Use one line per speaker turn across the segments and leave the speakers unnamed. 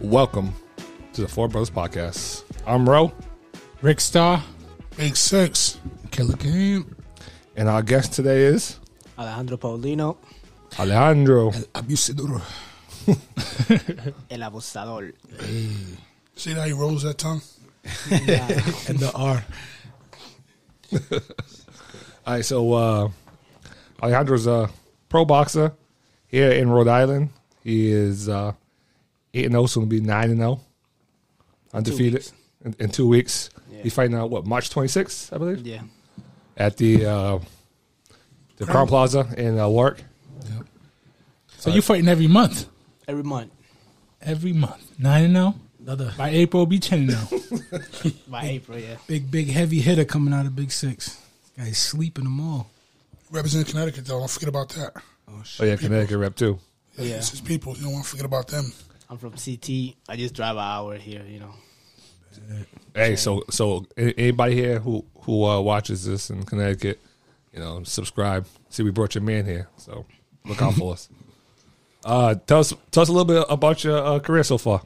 Welcome to the Four Bros Podcast. I'm Ro,
Rick Star.
Big Six.
Killer Game.
and our guest today is
Alejandro Paulino,
Alejandro.
Abusador.
el abusador.
See how he rolls that tongue?
And the R.
All right, so uh, Alejandro's a pro boxer here in Rhode Island. He is uh, 8 0, soon to be 9 and 0, undefeated
weeks.
in, in two weeks.
Yeah.
He's fighting out, what, March 26th, I believe?
Yeah.
At the uh, the Crown Plaza in uh, Warwick.
So you fighting every month.
Every month.
Every month. 9 and 0.
Another
By April, be 10 and 0.
By April, yeah.
big, big, heavy hitter coming out of Big Six. This guy's sleeping them all.
Represent Connecticut, though. Don't forget about that.
Oh,
Oh,
shit.
yeah, Connecticut rep, too.
Yeah.
It's his people. You don't want to forget about them.
I'm from CT. I just drive an hour here, you know.
Hey, so so a- anybody here who who uh, watches this in Connecticut, you know, subscribe. See, we brought your man here, so look out for us. Uh, tell us tell us a little bit about your uh, career so far.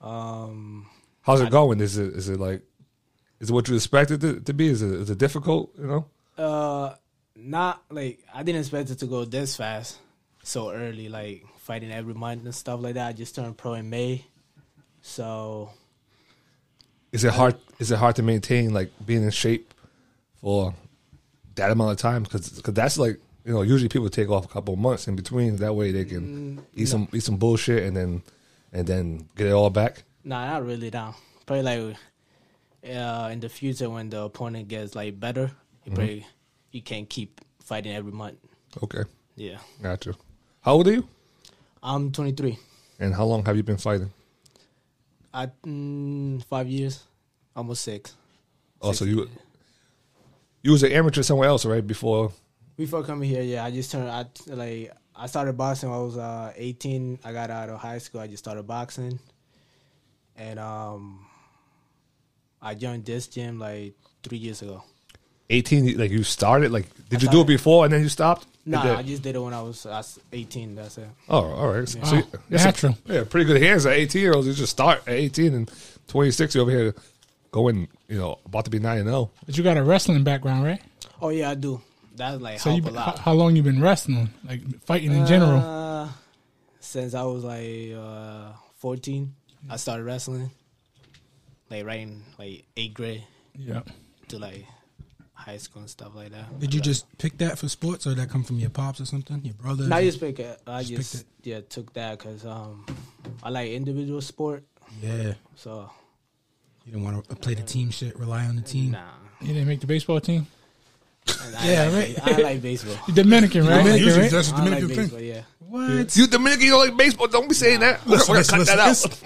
Um,
How's it going? Is it is it like is it what you expected it to be? Is it is it difficult? You know,
uh, not like I didn't expect it to go this fast, so early, like fighting every month and stuff like that. I just turned pro in May, so
is it hard? Is it hard to maintain like being in shape for that amount of time? Because that's like you know usually people take off a couple of months in between. That way they can eat some eat some bullshit and then and then get it all back.
nah, not really down. Probably like uh, in the future when the opponent gets like better, you probably you can't keep fighting every month.
Okay,
Yeah,
gotcha. How old are you?
I'm 23.
And how long have you been fighting?
I mm, five years, almost six.
Oh,
Six.
so you you was an amateur somewhere else, right? Before
Before coming here, yeah, I just turned. I like I started boxing when I was uh, 18. I got out of high school. I just started boxing, and um, I joined this gym like three years ago.
eighteen, like you started. Like, did you do it
started-
before and then you stopped?
No,
Did-
I just did it when I was, I was 18. That's it.
oh, all right. So,
Wow. Natural.
yeah, pretty good hands at eighteen year olds. You just start at eighteen and twenty six. You over here going, you know, about to be nine and oh. zero.
But you got a wrestling background, right?
Oh yeah, I do. That's like
So you
help a
been, how,
lot.
how long you been wrestling? Like fighting in general?
Uh, since I was like uh, 14, I started wrestling. Like right in like eighth grade.
Yeah.
to like high school and stuff like that.
Did you just pick that for sports, or did that come from your pops or something? Your brother?
No, I just pick it. I
Just
just,
picked
yeah took that because um I like individual sport,
yeah.
so
You didn't want to play the team shit. Rely on the team.
nah.
You didn't make the baseball team?
And I
Yeah,
like,
right.
I like baseball.
you Dominican, right?
Dominican,
Usually,
right?
that's a
I like
Dominican
baseball.
thing.
Yeah,
What?
You Dominican, you don't like baseball. Don't be saying that. We're
Listen,
gonna
listen,
cut
listen.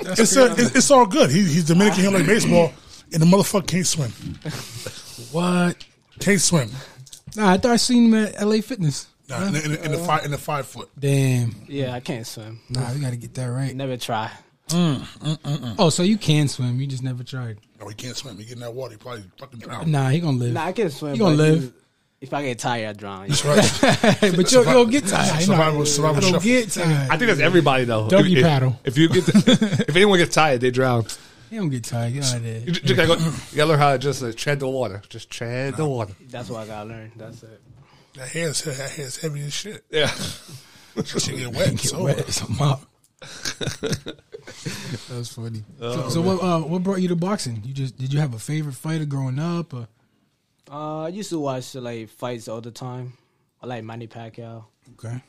that
It's,
out.
it's, a, it's- it's all good. He, he's Dominican. He don't like baseball, and the motherfucker can't swim.
What?
Can't swim.
Nah, I thought I seen him at LA Fitness.
Nah, in, the, in, the, in the five in the five foot.
Damn.
yeah. I can't swim.
Nah, we gotta get that right.
Never try.
Oh, so you can swim? You just never tried.
No, he can't swim. He get in that water. He probably fucking drown.
Nah, he gonna live.
Nah, I can swim.
You gonna
but
live?
if- If I get tired, I drown.
That's right.
but you'll, you'll get tired. You know,
Survival, survival
you'll
shuffle.
get
I
tired.
think that's everybody though.
Doggy
If- if-
paddle.
If you get, if anyone gets tired, they drown.
He don't get tired. Get out of
You,
there.
ju- just gotta go, you gotta learn how to just uh, tread the water. Just tread the water.
That's what I gotta learn. That's it.
That hair's, that hair's heavy as shit.
Yeah.
She get wet.
Get
so
wet. It's a mop. That's funny. so, so what? Uh, what brought you to boxing? You just did you have a favorite fighter growing up? Or
Uh, I used to watch like fights all the time. I like Manny Pacquiao.
okay,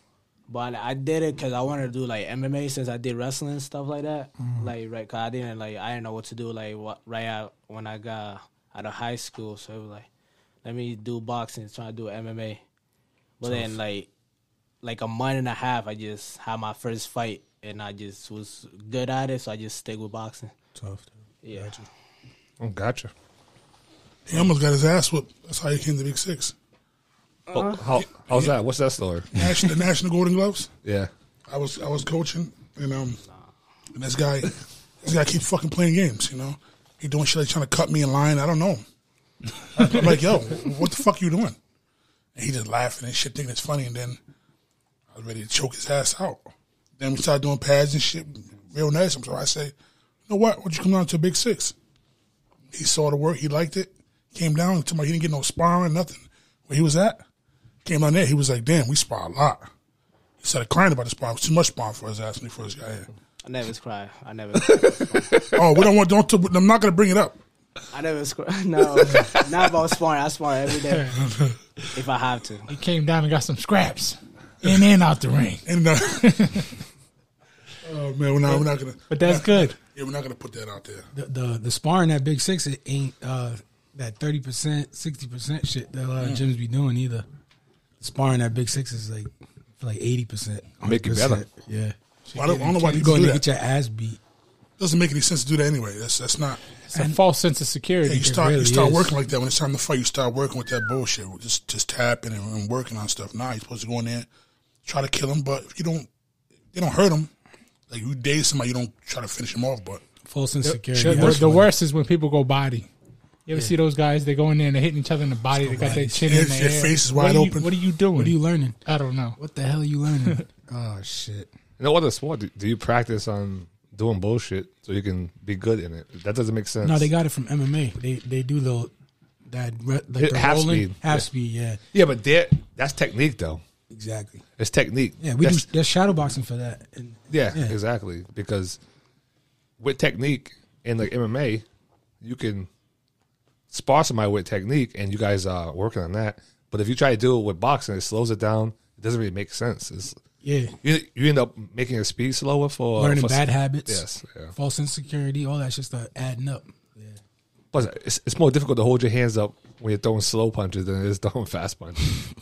But I did it because I wanted to do like MMA since I did wrestling and stuff like that. Like right, cause I didn't like I didn't know what to do like what, right out when I got out of high school. So it was like, let me do boxing, trying to do MMA. But then like, like a month and a half, I just had my first fight and I just was good at it, so I just stick with boxing.
tough.
Yeah,
Oh, gotcha.
He almost got his ass whooped. That's how he came to Big Six.
Oh, how, how's that? What's that story?
National, the National Golden Gloves.
Yeah.
I was I was coaching, and um, and this guy, this guy keep fucking playing games. You know, he doing shit like trying to cut me in line. I don't know. I'm like, yo, what the fuck you doing? And he just laughing and shit, thinking it's funny. And then I was ready to choke his ass out. Then we started doing pads and shit, real nice. So I say, you know what? Why don't you come down to a big six? He saw the work. He liked it. Came down. To my, he didn't get no sparring, nothing. Where he was at, came down there. He was like, damn, we spar a lot. He started crying about the sparring. It was too much sparring for his ass when he first got here.
I never cry. I never.
oh, we don't want, don't, I'm not going to bring it up.
I never. Scr- no, not about sparring. I spar every day if I have to.
He came down and got some scraps in and out the ring.
And, uh, oh, man, we're not, we're not going to.
But that's good.
Yeah, we're not going to put that out there.
The, the the sparring that Big Six it ain't uh, that thirty percent, sixty percent shit that a lot of
Mm.
gyms be doing either. Sparring that Big Six is like for like eighty percent.
Make it better.
Yeah.
Well, I, don't, I don't know why
you
people
go
do
and
that.
get your ass beat.
doesn't make any sense to do that anyway. That's that's not.
It's a false sense of security.
Yeah, you start
really
you start
is.
working like that when it's time to fight. You start working with that bullshit. Just just tapping and, and working on stuff. Nah, you're supposed to go in there, try to kill him, but if you don't, they don't hurt him. Like you date somebody, you don't try to finish him off. But
False insecurity.
The, the,
That's
the
what-
worst is when people go body. You ever see those guys? They go in there and they're hitting each other in the body. They got their
bodies.
chin in
Their-
their,
their
air.
face is
What
wide
are you-
open.
What are you doing?
What are you learning?
I don't know.
What the hell are you learning? oh shit.
No other sport do- do you practice on doing bullshit so you can be good in it. That doesn't make sense.
No, they got it from MMA. They they do the that re, like
Hit
the
half
rolling,
speed.
half
Yeah.
speed. Yeah,
yeah, but they're- that's technique though.
exactly.
It's technique.
Yeah, we
That's-
do there's shadow boxing for that. And
Yeah,
Yeah.
exactly. Because with technique and like MMA, you can spar somebody with technique, and you guys are working on that. But if you try to do it with boxing, it slows it down. It doesn't really make sense. It's,
yeah,
you you end up making your speed slower for
learning
for-
bad habits,
Yes, yeah.
false insecurity, all that shit start adding up.
Plus, it's, it's more difficult to hold your hands up when you're throwing slow punches than it is throwing fast punches.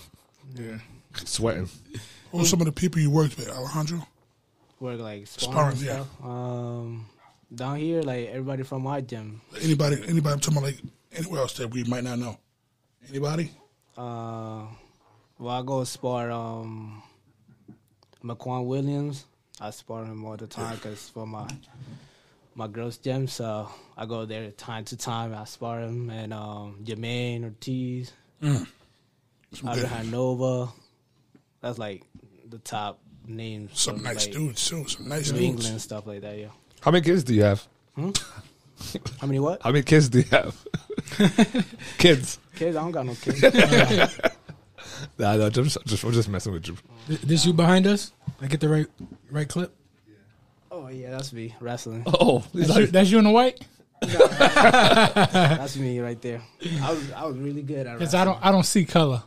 Yeah.
Sweating.
who were some of the people you worked with, Alejandro?
Work like
Sparring,
sparring. yeah. Um, down here, like everybody from our gym.
Anybody? Anybody? I'm talking about like anywhere else that we might not know. Anybody?
Uh, well, I go spar um, McQuan Williams. I spar him all the time because for my my girls' gym, so I go there time to time. I spar him and um, Jermaine Ortiz,
Some good,
Adrian Nova. That's like the top names.
some
from,
nice
like,
dudes too. Some nice
New
dudes.
England stuff like that. Yeah.
How many kids do you have?
How many what?
How many kids do you have? kids.
Kids? I don't got no kids.
Nah, no, just, just, we're just messing with you.
Th- This you behind us? I get the right right clip.
oh yeah, that's me wrestling.
Oh,
That's you, that's you in the white?
That's me right there. I was I was really good at
Because
wrestling.
I don't I don't see color.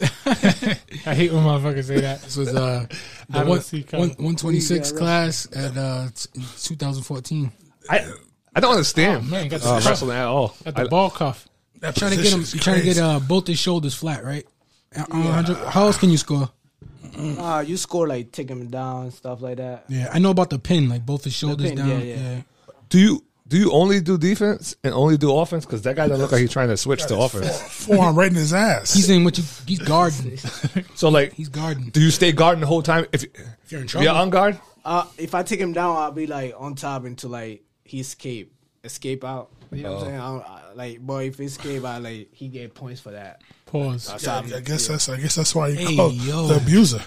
I hate when motherfuckers say that.
This was uh,
I
the
don't
one,
see color.
one, 126
Yeah, right.
class at uh, t- 2014.
I I don't understand
Oh, man, got the
uh,
cuff.
wrestling at all.
Got
I-
the ball cuff.
That
Trying to get him,
position's
trying to get
crazy.
uh, both his shoulders flat, right? Uh, Alejandro, How else can you score?
Uh, you score like take him down and stuff like that.
Yeah, I know about the pin, like both his shoulders
pin,
down.
yeah, yeah.
do you do you only do defense and only do offense? Because that guy doesn't look like he's trying to switch to offense.
forearm right in his ass.
He's in what you he's guarding.
So like,
He's guarding.
do you stay guarding the whole time if,
If you're in
if you're on guard?
Uh, if I take him down, I'll be like on top until like he escape, escape out. You know what I'm saying? I don't, I, like, boy, if he escape out, like he get points for that.
Pause.
So I'm-
I guess that's I guess that's why you
Hey,
call
yo.
the abuser.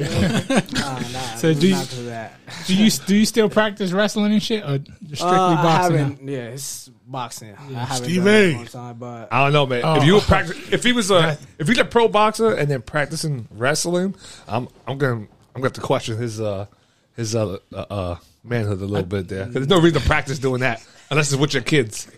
nah, nah,
So do you-
not for that.
Do you do you still practice wrestling and shit or just strictly
Uh, I
boxing? now?
haven't. Yeah, it's boxing. I haven't
Steve
done it
A.
one time, but
I don't know, man. If
Oh.
you were practice, if he was a if he's a pro boxer and then practicing wrestling, I'm I'm gonna I'm gonna have to question his uh his uh, uh, uh manhood a little bit there. 'Cause there's no reason to practice doing that unless it's with your kids.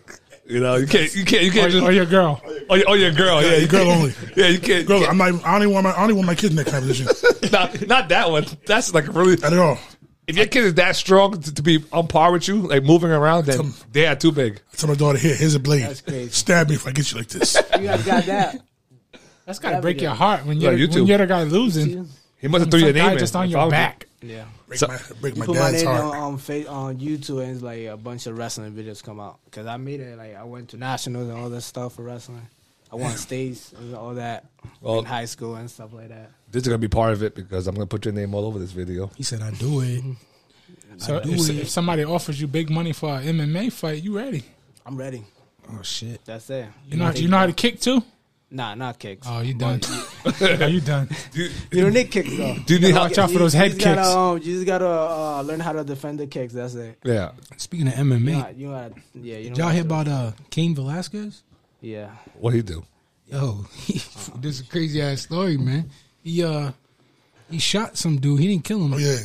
You know, you can't you can't you
Or,
can't just
or your girl?
oh, your- oh, your girl, yeah, you
girl
can't-
only.
yeah, you can't,
Girl, I'm not. I don't even want my. I don't even want my kids in that kind of position
not, not that one. That's like really.
at all.
If your kid is that strong to, to be on par with you, like moving around, then they are too big.
I tell my daughter, here, here's a blade.
That's crazy.
Stab me if I get you like this.
you guys got that.
That's gotta break your heart when you're
Yeah, you
when
too.
you're the guy losing.
He must have threw your
Some guy
name in.
just on
If
your
I was-
back.
Yeah,
Break
So-
my, break my
put my
dad's
name
heart.
on on, face, on YouTube, and it's like a bunch of wrestling videos come out. Cause I made it. Like I went to nationals and all that stuff for wrestling. I won states and all that
Well-
in high school and stuff like that.
This is gonna be part of it because I'm gonna put your name all over this video.
He said, "I do it."
Mm-hmm.
So
do
if,
it.
if somebody offers you big money for an MMA fight, you ready?
I'm ready.
Oh shit!
That's it.
You know you know how to kick too.
Nah, not kicks.
Oh, you done? Are you done?
You don't need kicks though.
Do you need help?
Watch out for those head
you just gotta,
kicks.
um, you just gotta uh, learn how to defend the kicks. That's it.
Yeah.
Speaking of MMA,
Nah, you gotta, yeah, you
did
don't
y'all
have
hear
to-
about uh Kane Velasquez?
Yeah.
What he do?
Yo, this is a crazy ass story, man. He uh he shot some dude. He didn't kill him.
Oh yeah,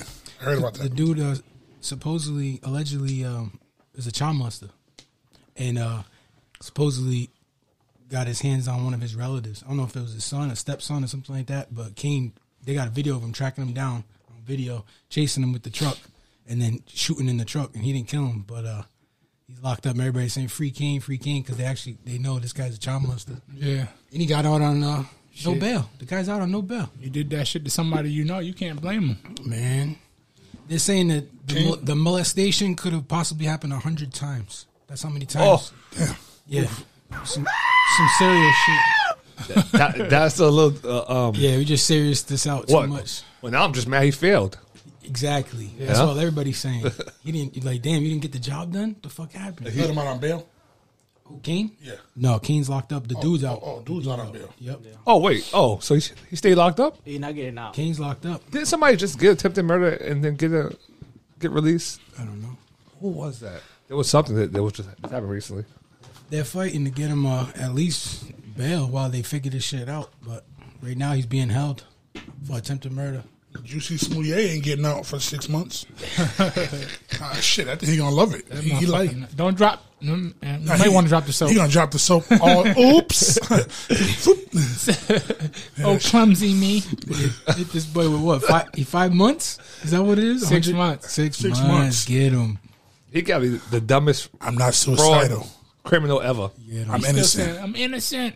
I heard about
the
that.
dude uh, supposedly allegedly um, is a child molester and uh, supposedly got his hands on one of his relatives i don't know if it was his son or stepson or something like that but came they got a video of him tracking him down on video chasing him with the truck and then shooting in the truck and he didn't kill him but uh, he's locked up and everybody's saying free kane free kane because they actually they know this guy's a child molester
Yeah.
and he got out on uh, no bail the guy's out on no bail
You did that shit to somebody you know. You can't blame them.
Man, they're saying that the, mol- the molestation could have possibly happened a hundred times. That's how many
Oh.
times. Yeah, some, some serious shit.
That, that's a little. Uh, um,
Yeah, we just serious this out
what?
too much.
Well, now I'm just mad he failed.
Exactly. That's
Yeah.
all everybody's saying. He didn't like. Damn, you didn't get the job done. The fuck happened?
Let him out on bail.
Who, Kane?
Yeah.
No, Kane's locked up. The dude's out.
Oh, oh, dude's out on bail.
Yep.
Oh wait. Oh, so he, he stayed locked up.
You're not getting out.
Kane's locked up.
Did not somebody just get attempted murder and then get a get released?
I don't know.
Who was that? There was something that, that was just happened recently.
They're fighting to get him uh, at least bail while they figure this shit out. But right now he's being held for attempted murder.
Juicy Smoulier ain't getting out for six months. ah, shit, I think he gonna love it. He, he like.
Don't drop. You
Nah,
might
he-
want to drop the soap.
He gonna drop the soap. All, oops.
Oh, clumsy me.
hit this boy with what? Five, five months? Is that what it is?
Six
100
months.
Six,
Six
months.
months.
Get him.
He got to be the dumbest
I'm not
fraud
suicidal.
criminal ever.
Get him.
I'm innocent.
I'm innocent.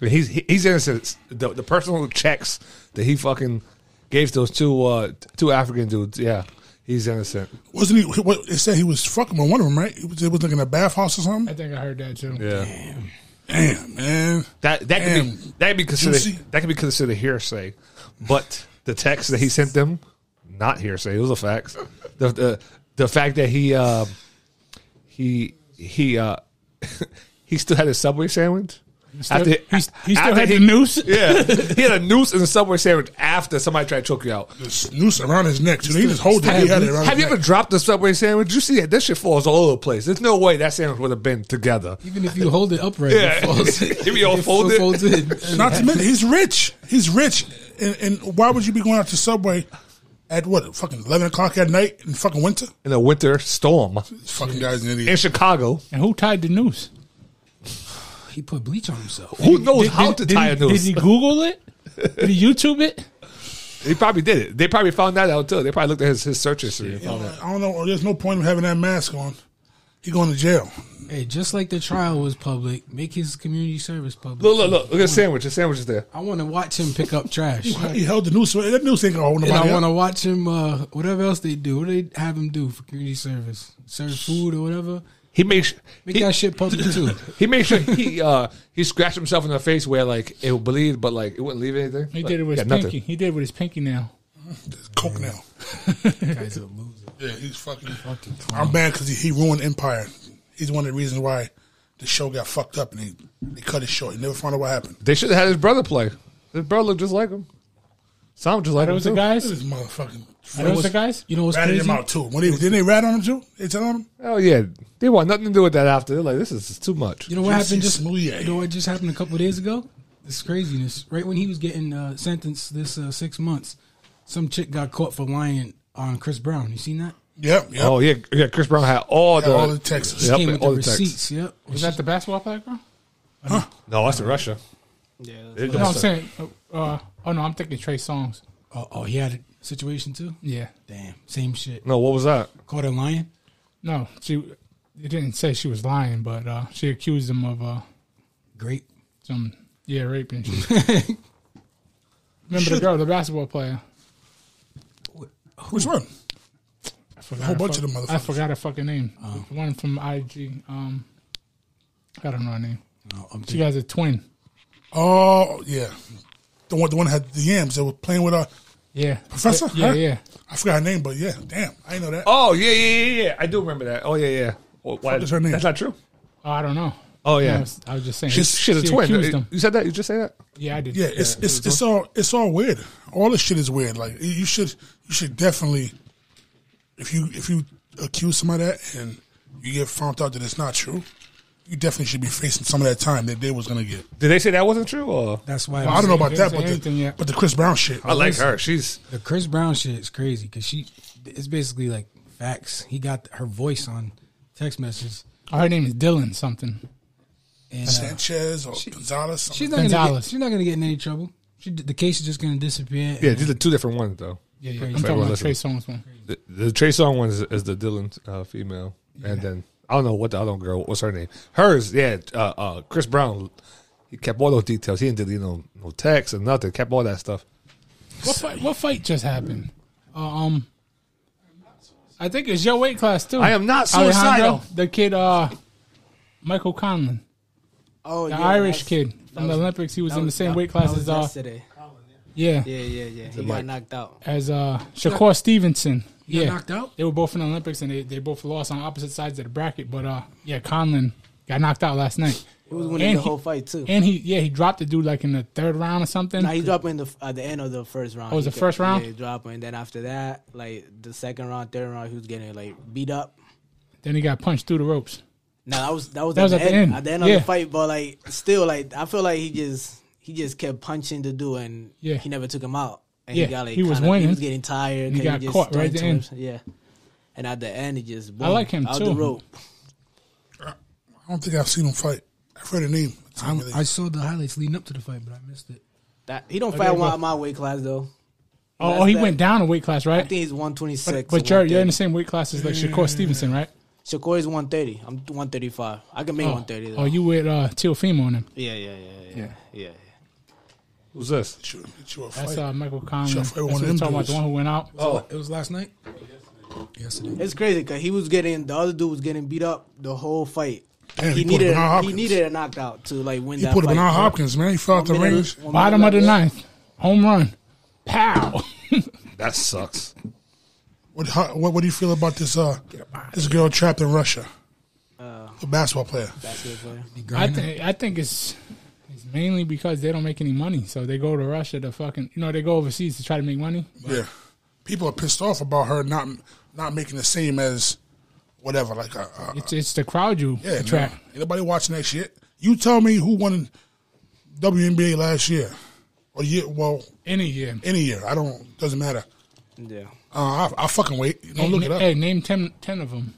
He's he- he's innocent. The, the personal checks that he fucking gave those two uh, two African dudes. Yeah, he's innocent.
Wasn't he? What, it said he was fucking with one of them, right? It was, it was like in a bathhouse or
I
something.
think I heard that too.
Yeah,
Damn, man.
that that could be
Damn.
that could be considered
Juicy.
that could be considered hearsay, but the text that he sent them not hearsay. It was a fact. The the the fact that he uh, he he uh, he still had his subway sandwich.
Still,
After-
he, he still
after
had
he-
the noose.
Yeah, he had a noose and a subway sandwich after somebody tried to choke you out.
This noose around his neck. Too. They just hold it. He had it around
Have
his
you ever
neck.
dropped a subway sandwich? You see that this shit falls all over the place. There's no way that sandwich would have been together.
Even if you hold it upright,
Yeah.
it falls.
If you all
it
fold
still
it.
folds in.
Not to mention, he's rich. He's rich, and, and why would you be going out to Subway at what fucking eleven o'clock at night in fucking winter?
In a winter storm
This fucking guy's an
in
idiot.
Chicago,
And who tied the noose?
He put bleach on himself.
who knows
Did-
how
did-
to
did
tie
he-
a noose?
Did he Google it? Did he YouTube it?
He probably did it. They probably found that out too. They probably looked at his, his search history. and
You know,
found that.
I don't know. There's no point in having that mask on. He going to jail.
Hey, just like the trial was public, make his community service public.
Look, look, look! Look at the sandwich. The sandwich is there.
I want to watch him pick up trash.
He held the noose. That noose ain't gonna hold
And
nobody.
I want
up.
to watch him, uh, whatever else they do. What do they have him do for community service? Serve food or whatever?
He makes
Make
he,
that shit public too.
he made sure he uh he scratched himself in the face where like it would bleed, but like it wouldn't leave anything.
He
Like,
did it with
yeah,
his
nothing.
pinky. He did it with his pinky nail.
Coke now.
Guy's a loser.
Yeah, he's fucking.
Fucking
I'm bad because he, he ruined Empire. He's one of the reasons why the show got fucked up and they, they cut it short. You never found out what happened.
They should have had his brother play. His brother looked just like him. Sound just like
That
him.
was the
too.
This
guys.
is motherfucking.
That was the guys.
You know what's
Ratted
crazy?
him out too. When they, didn't they rat on him too? They tell him.
Oh yeah, they want nothing to do with that. After they're like, this is too much.
You know what
Jesse
happened just
Smollett.
You know what just happened a couple of days ago? This craziness. Right when he was getting uh, sentenced this uh, six months, some chick got caught for lying on Chris Brown. You seen that?
Yep. Yep.
Oh yeah, yeah. Chris Brown had all
Got
the
all the texts.
She
Yep,
came with
all
the
the texts.
receipts. Yep.
Was that the basketball player? girl?
No, that's in Russia.
Yeah.
They
No,
don't
I'm
say-
saying. Uh, oh no, I'm thinking Trey Songs.
Oh, oh, he had a situation too.
Yeah.
Damn, same shit.
No, what was that?
Caught her lying.
No, she. It didn't say she was lying, but uh, she accused him of uh,
Great.
some yeah rape and shit. Remember the girl, the basketball player.
Which one?
I forgot
whole
her
bunch of
fuck-
them
I
motherfuckers.
forgot her fucking name. The one from IG. Um, I don't know her name.
No, I'm
She
thinking,
has a twin.
Oh yeah, the one the one that had the yams that was playing with a.
Yeah,
Professor?
Yeah,
Her?
yeah.
I forgot her name, but yeah, damn, I didn't know that.
Oh yeah, yeah, yeah, yeah. I do remember that. Oh yeah, yeah. Well, why-
is her name?
That's not true.
Oh, I don't know.
Oh
I
yeah,
was, I was just saying.
She's-
she's a
she
twin. Uh,
accused him.
You said that. You just say that.
Yeah, I did.
Yeah, it's it's it's all it's all weird. All this shit is weird. Like you should you should definitely if you if you accuse somebody of that and you get found out that it's not true, you definitely should be facing some of that time that they was gonna get.
Did they say that wasn't true? Or
That's why
Well, I don't know
They
about that,
didn't say
but the,
anything yet.
but the Chris Brown shit.
I like her. She's
The Chris Brown shit is crazy because she, it's basically like facts. He got her voice on text messages.
Oh, her name is Dylan something.
And, uh,
Sanchez or Gonzalez.
she's
Something.
not gonna get,
Gonzalez.
she's not gonna get in any trouble. She, the case is just gonna disappear.
yeah. These are two different ones though.
Yeah, yeah. I'm
Crazy.
talking
Everyone
about Trey
listen.
Songz one.
The, the Trey Song one is, is the Dylan uh, female, and then I don't know what the other girl. What's her name? Hers. Yeah. Uh, uh, Chris Brown. He kept all those details. He didn't delete no no text or nothing. Kept all that stuff.
What fight? What fight just happened? Uh, um, I think it's your weight class too.
I am not
Alejandro,
suicidal.
the kid, uh, Michael Conlon,
Oh,
the
yeah,
Irish
that's-
kid from the
was-
Olympics. He was
that
in the same weight
that
class
was
as uh,
yesterday.
yeah,
Yeah, yeah, yeah. He
Mike?
got knocked out.
as uh, Shakur Stevenson.
Got
Yeah,
knocked out.
they were both in the Olympics and they, they both lost on opposite sides of the bracket. But uh, yeah, Conlon got knocked out last night.
He was winning
And
the
he-
whole fight too.
And he, yeah, he dropped the dude like in the third round or something.
Nah, he dropped him in the at the end of the first round.
Oh, it was
He
the
got-
first round?
Yeah, he dropped him, and then after that, like the second round, third round, he was getting like beat up.
Then he got punched through the ropes.
No, that was that was,
That
at,
was
the end, at the end of
Yeah.
the fight. But like, still, like I feel like he just he just kept punching the dude, and
Yeah.
he never took him out. And
Yeah,
he got like
he was
kinda,
winning.
He was getting tired.
And he
'cause
got
just
caught right
turned
at the
to
end.
him- Yeah, and at the end, he just
I
boom,
like him,
out
too.
The rope.
I don't think I've seen him fight. I've heard the name.
I, I saw the highlights leading up to the fight, but I missed it.
That he don't
there
fight
you
one
go.
of my weight class though.
Oh,
That's
oh he
that-
went down a weight class, right?
I think he's one twenty six.
But you're you're in the same weight class as like Shakur Stevenson, right?
Shakur is one thirty. I'm one thirty five. I can make
Oh,
one thirty though.
oh, you with uh, Teofimo on him?
yeah, yeah, yeah, yeah, yeah, yeah.
Who's this?
It's your, it's your
That's
fight.
uh, Michael Conlon.
Sure,
That's
for
what
one of
we're
them
talking about, the
dudes.
one who went out.
Oh.
It was last night. Yesterday.
It's crazy because he was getting the other dude was getting beat up the whole fight.
Damn,
he
he pulled a
needed
Bernard
he
Hopkins.
needed a knockout to like win
he
that
put up
fight.
an Al Hopkins, man. He fell out the
One minute-
range.
one minute
Bottom of the
left.
ninth, home run, pow.
That sucks.
What, how, what what do you feel about this uh this girl trapped in Russia?
Uh,
the basketball player.
Basketball player.
I think I think it's it's mainly because they don't make any money, so they go to Russia to fucking you know they go overseas to try to make money.
Yeah, people are pissed off about her not not making the same as whatever. Like uh, uh,
It's it's the crowd you
yeah, no.
attract.
Ain't nobody watching that shit. You tell me who won WNBA last year or year? Well,
Any year.
any year. I don't. Doesn't matter.
Yeah.
Uh, I, I fucking wait. Don't look
hey,
it up.
hey, name 10, 10 of them.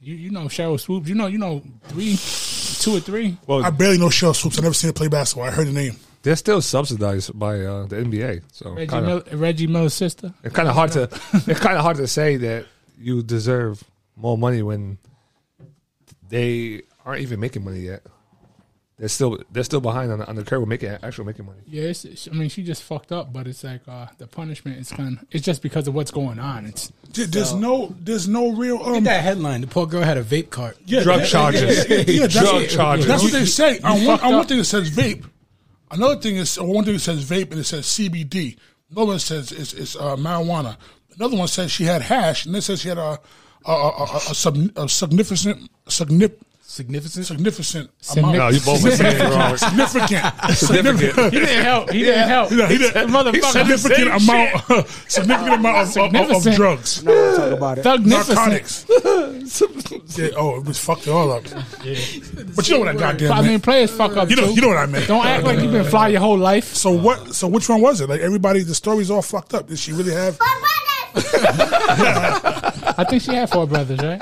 You you know Cheryl Swoops. You know you know three, two or three.
Well,
I barely know Shell Swoops. I never seen her play basketball. I heard the name.
they're still subsidized by uh, the NBA, so
Reggie
kinda-
Miller, Reggie Miller's sister.
It's kind of hard to. It's kind of hard to say that you deserve more money when they aren't even making money yet. They're still they're still behind on the, on the curve with making actual making money.
Yeah, it's, it's- I mean, she just fucked up, but it's like uh, the punishment is kind of. It's just because of what's going on. It's
There- There's no, there's no real. Um,
That headline: The poor girl had a vape cart.
Yeah,
Drug
yeah,
charges.
yeah, yeah, yeah, that's
Drug
what-
charges.
That's what they say. On one,
fucked
on one
up.
thing it says vape. Another thing is on one thing it says vape and it says CBD. Another one says it's, it's uh, marijuana. Another one says she had hash, and it says she had a a, a, a, a, sub, a significant signif,
Significant.
significant
Significant.
No,
amount.
you both were saying it wrong.
Significant.
Significant.
he didn't help. He didn't help.
No, he did- significant amount, significant amount of, of, of,
Significant.
drugs,
Now we'll talk about it.
Thugnificent.
narcotics. Yeah, oh, it was fucked it all up. But you know what I goddamn
I
meant.
mean, players fuck up.
You know,
too.
you know what I meant.
Don't act like you've been fly your whole life.
So what? So which one was it? Like everybody, the story's all fucked up. Did she really have?
I think she had four brothers, right?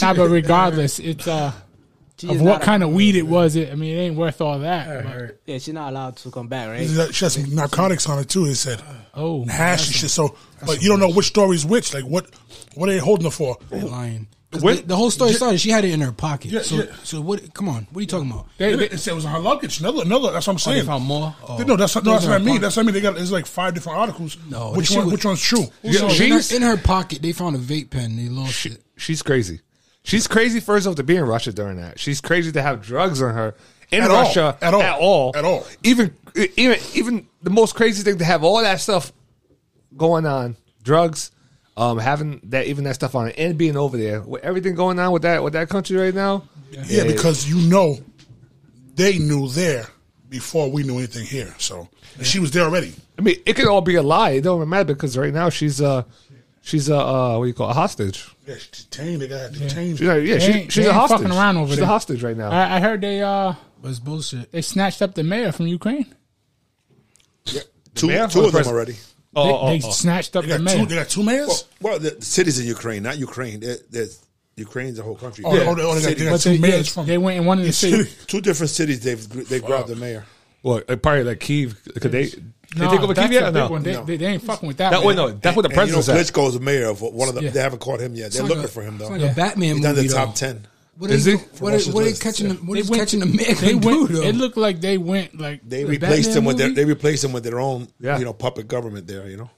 Nah, but regardless, it's uh,
She
of
is
what
not a-
kind of weed it was. It, I mean, it ain't worth all that. but-
Yeah, she's not allowed to come back, right?
She had some narcotics on it too. It said
oh,
hash and shit. So, but you don't know which story's which. Like what? What are they holding her for?
Lying. 'Cause
When-
The, the whole story started. She had it in her pocket.
Yeah,
so,
yeah.
so what? Come on. What are you talking about?
They- they-
It said it was on her luggage. Another, another. That's what I'm
Oh, they
saying.
found more. Oh.
no, that's not, no,
Those
that's
are
what I
her
mean.
pocket.
That's what I mean. They got it's like five different articles.
No,
which
she
one?
was-
which one's true?
No, in,
She's-
her, in her pocket, they found a vape pen. They lost
She,
it.
she's crazy. She's crazy. First off, to be in Russia during that, she's crazy to have drugs on her in
At all.
Russia
At all.
at all,
At all.
Even even even the most crazy thing to have all that stuff going on, drugs, um, having that even that stuff on it and being over there with everything going on with that with that country right now.
Yeah, because you know, they knew there before we knew anything here. So and she was there already.
I mean, it could all be a lie. It don't matter because right now she's uh she's a uh, what do you call it? a hostage.
Yeah, she detained. They got detained.
She's like, yeah,
They
she-
ain't-
she's
they
a
ain't
hostage.
fucking around over
she's
there.
a hostage right now.
I, I heard they uh
But it's bullshit.
they snatched up the mayor from Ukraine.
Two,
mayor
two
or
of them
president?
already.
oh, oh,
they they
oh.
snatched up
They
the
got two.
mayor. Oh,
They got two mayors.
Well, well the, the cities in Ukraine, not Ukraine. There- There's Ukraine's a whole country.
Oh, oh, they, oh, they got,
City.
they got
but
two
they, yeah,
mayors from.
they went in one of the cities.
Two different cities. They've they grabbed the mayor.
Well, uh, probably like Kiev. Could they? They
Nah,
take over
that's
Kiev yet? or
the big
No,
one. They,
no.
they, they ain't fucking with that.
That
one.
way, no. That's what the
And, you know,
president's at.
Klitschko's the mayor of one of the.
Yeah.
They haven't caught him yet. They're looking for him though.
It's like a Batman movie.
He's not in the
though.
top ten.
What
Is
are
he?
they, What, are, what are they
Washington's
catching?
list,
The, what is
went
catching
to-
the man?
They went.
though?
It looked like they went like
They
the
replaced
Batman
him with their.
movie?
They replaced him with their own.
Yeah.
You know, puppet government there. You know.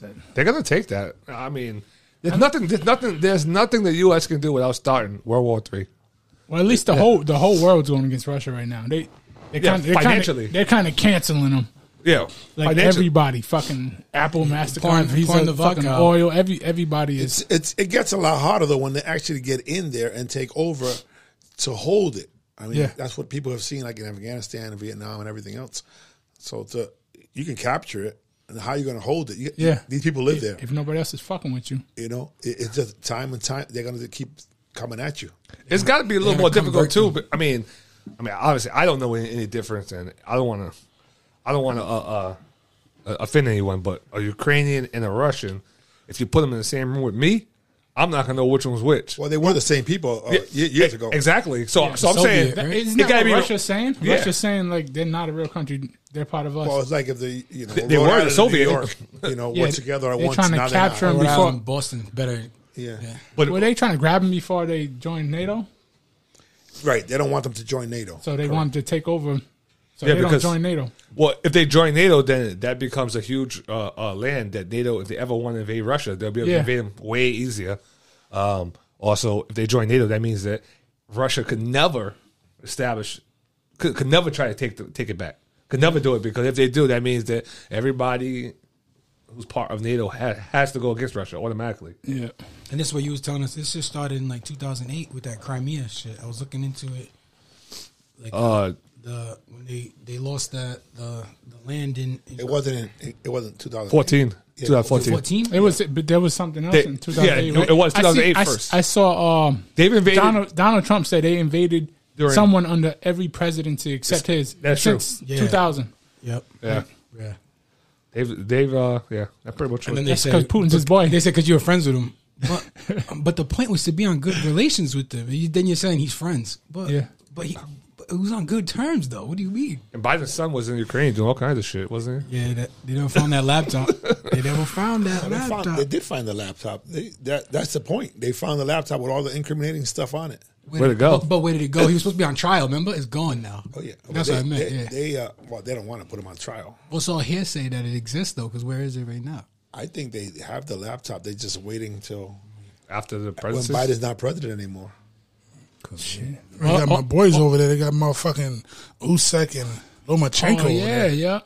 Batman.
They're gonna take that. I mean, there's nothing. There's nothing. There's nothing the U.S. can do without starting World War Three.
Well, at least the whole the whole world's going against Russia right now. They they
Yeah,
kind of
financially.
they're kind of canceling them.
Yeah,
Like everybody, fucking Apple, Mastercard,
Pouring-
Visa,
pouring the vodka
fucking
out.
oil. Every everybody
It's,
is.
it's it gets a lot harder though when they actually get in there and take over to hold it. I mean,
Yeah.
that's what people have seen, like in Afghanistan and Vietnam and everything else. So to you can capture it, and how you going to hold it? You,
Yeah.
these people live there.
If nobody else is fucking with you,
you know, it, it's just time and time they're going to keep coming at you.
It's got to be a little
gotta
more difficult
convert
too.
them.
But I mean, I mean, obviously, I don't know any, any difference, and I don't want to, I don't want to uh, uh, offend anyone. But a Ukrainian and a Russian, if you put them in the same room with me, I'm not gonna know which one's which.
Well, they were the same people uh, ye- years ago.
Exactly. So, so I'm
Soviet,
saying
right?
isn't
it
that
gotta
what
be-
Russia's saying?
Yeah.
Russia's saying like they're not a real country. They're part of us.
Well, it's like if the you know
they
Rhode
were the
Island and
Soviet.
New York, you know,
Yeah,
were together at
they're
once.
trying to
now they're not.
capture 'em.
Rhode
before-
Island, Um, Boston, better.
Yeah.
but
Were they trying to grab them before they joined NATO?
right. They don't want them to join NATO.
So they wanted to take over. So
Yeah,
they don't
because-
join NATO.
Well, if they join NATO, then that becomes a huge uh, uh, land that NATO, if they ever want to invade Russia, they'll be able
Yeah.
to invade them way easier. Um, also, if they join NATO, that means that Russia could never establish, could, could never try to take the, take it back. Could never do it because if they do, that means that everybody who's part of NATO ha- has to go against Russia automatically.
Yeah.
And this is what you was telling us. This just started in like 2008 with that Crimea shit. I was looking into it. Like
Uh,
the when they they lost that the the land in, in
It wasn't. In, it wasn't 2000.
14, 2014.
14.
It was, but there was something else
They-
in 2008.
yeah, it-
right?
it was
I see-
2008
I s-
first.
I, saw um,
They've invaded-
Donald, Donald Trump said they invaded
During-
someone under every presidency except his.
that's true.
since
Yeah.
2000.
Yep.
Yeah.
Yeah.
They've, they've, uh, yeah, that pretty much
And then
was.
they
That's
said
'cause Putin's his boy.
They said because you were friends with him. But but the point was to be on good relations with them. You- Then you're saying he's friends. But
Yeah.
But he. But it was on good terms though. What do you mean?
And Biden's son was in Ukraine doing all kinds of shit, wasn't he?
Yeah, that, they never found that laptop. they never found that
They,
laptop.
found, they did find the laptop. They, that that's the point. They found the laptop with all the incriminating stuff on it.
Where
Where'd it go?
But, but where did it go? He was supposed to be on trial. Remember, it's gone now.
Oh yeah, Well,
that's
they,
what I meant.
They,
yeah.
they, uh, well, they don't want to put him on trial.
well, it's all hearsay that it exists though, because where is it right now?
I think they have the laptop. They're just waiting till
After the
when
presidency.
Biden's not president anymore.
They
Oh,
got my boys over there. They got motherfucking Usyk and Lomachenko.
Oh,
over
yeah,
there.
yeah.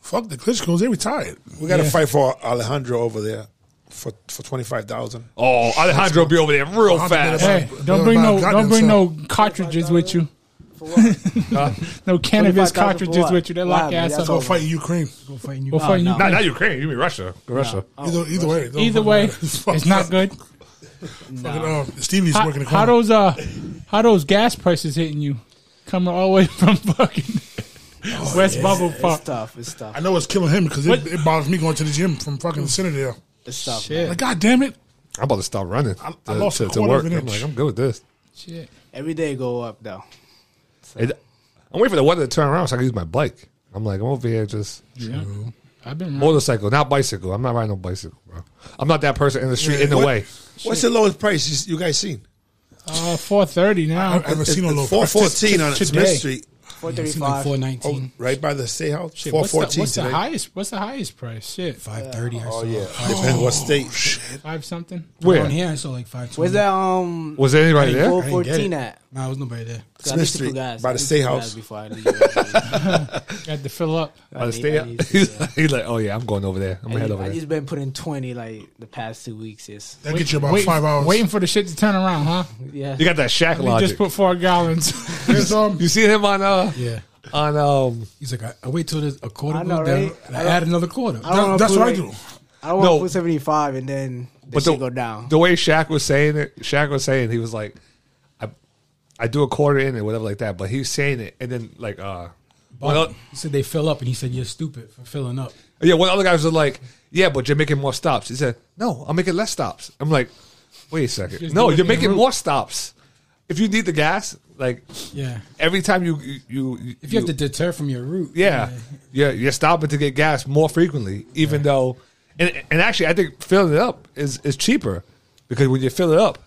Fuck the Klitschko's. They retired.
We got to fight for Alejandro over there for for twenty five thousand.
Oh, Alejandro be over there real fast.
Hey,
Hey, don't bring no, don't bring no cartridges with you.
For what?
No cannabis
25,000
cartridges
for
with you. They
what?
lock
Wow,
your ass
that's
up.
Go
all-
Go
fight in Ukraine.
Go fighting you.
Oh. fight
no.
you.
Not, not Ukraine. You mean Russia? Russia.
Either, either way. it don't
Either
fucking
way,
matter. Fuck
it's not good.
Fucking, uh, Stevie's
How,
working the
how
corner.
those uh, how those gas prices hitting you? Coming all the way from fucking West Bubble Park.
It's tough. It's tough.
I know it's killing him because it, it bothers me going to the gym from fucking Citadel.
It's tough.
Shit,
Like, God damn it.
I'm about to stop running. I,
I lost a quarter of an
I'm
inch.
like, I'm good with this.
shit.
Every day go up though.
It- I'm waiting for the weather to turn around so I can use my bike. I'm like, I'm over here just
Yeah. I've been around.
motorcycle, not bicycle. I'm not riding no bicycle, bro. I'm not that person in the street in the
What-
way.
What's the lowest price you, you guys seen?
Uh, four thirty
I
now.
I haven't seen no low
Four fourteen on Smith
today.
Street,
Four
Yeah,
thirty
it's like
five.
four
oh,
nineteen,
right by the state house. Four
What's, the,
fourteen
what's the
today.
highest? What's the highest price? Shit,
five thirty or so.
Oh, yeah, depends what state.
five something.
Where
Down here, I saw like five twenty.
Where's that um
was there anybody there?
four fourteen at?
Nah, it was nobody there.
So I
Smith
need to
Street,
guys.
by
I
the
need to
State
guys
House.
Before I leave. I
Got to fill up.
I
need-
stay
I
up.
need to-
He's
yeah.
like, he's like, oh yeah, I'm going over there. I'm gonna head over
I
there.
just been putting twenty like the past two weeks. Is
That gets you about
Wait-
five hours.
Waiting for the shit to turn around, huh?
yeah.
You got that shack
We
logic.
just put four gallons.
There's, um,
you seen him on uh
Yeah.
on um
He's like, I, I wait till there's a quarter
I know,
goes down,
right?
and I add another quarter.
I don't wanna
that's
put,
what I
like-
do.
I don't want
No.
to put seventy five and then the
But
shit
the-
go down.
the way Shaq was saying it, Shaq was saying he was like, I I do a quarter in and whatever like that, but he was saying it and then like uh one
Well,
o-
he said they fill up, and he said you're stupid for filling up.
yeah, one other guy was like, Yeah, but you're making more stops. He said, No, I'm making less stops. I'm like, wait a second.
Just
No,
do it
you're
en
making
route.
more stops. If you need the gas, like
Yeah.
every time you you, you
If you, have to deter from your route,
Yeah. Yeah, you're stopping to get gas more frequently, even though and and actually I think filling it up is is cheaper because when you fill it up,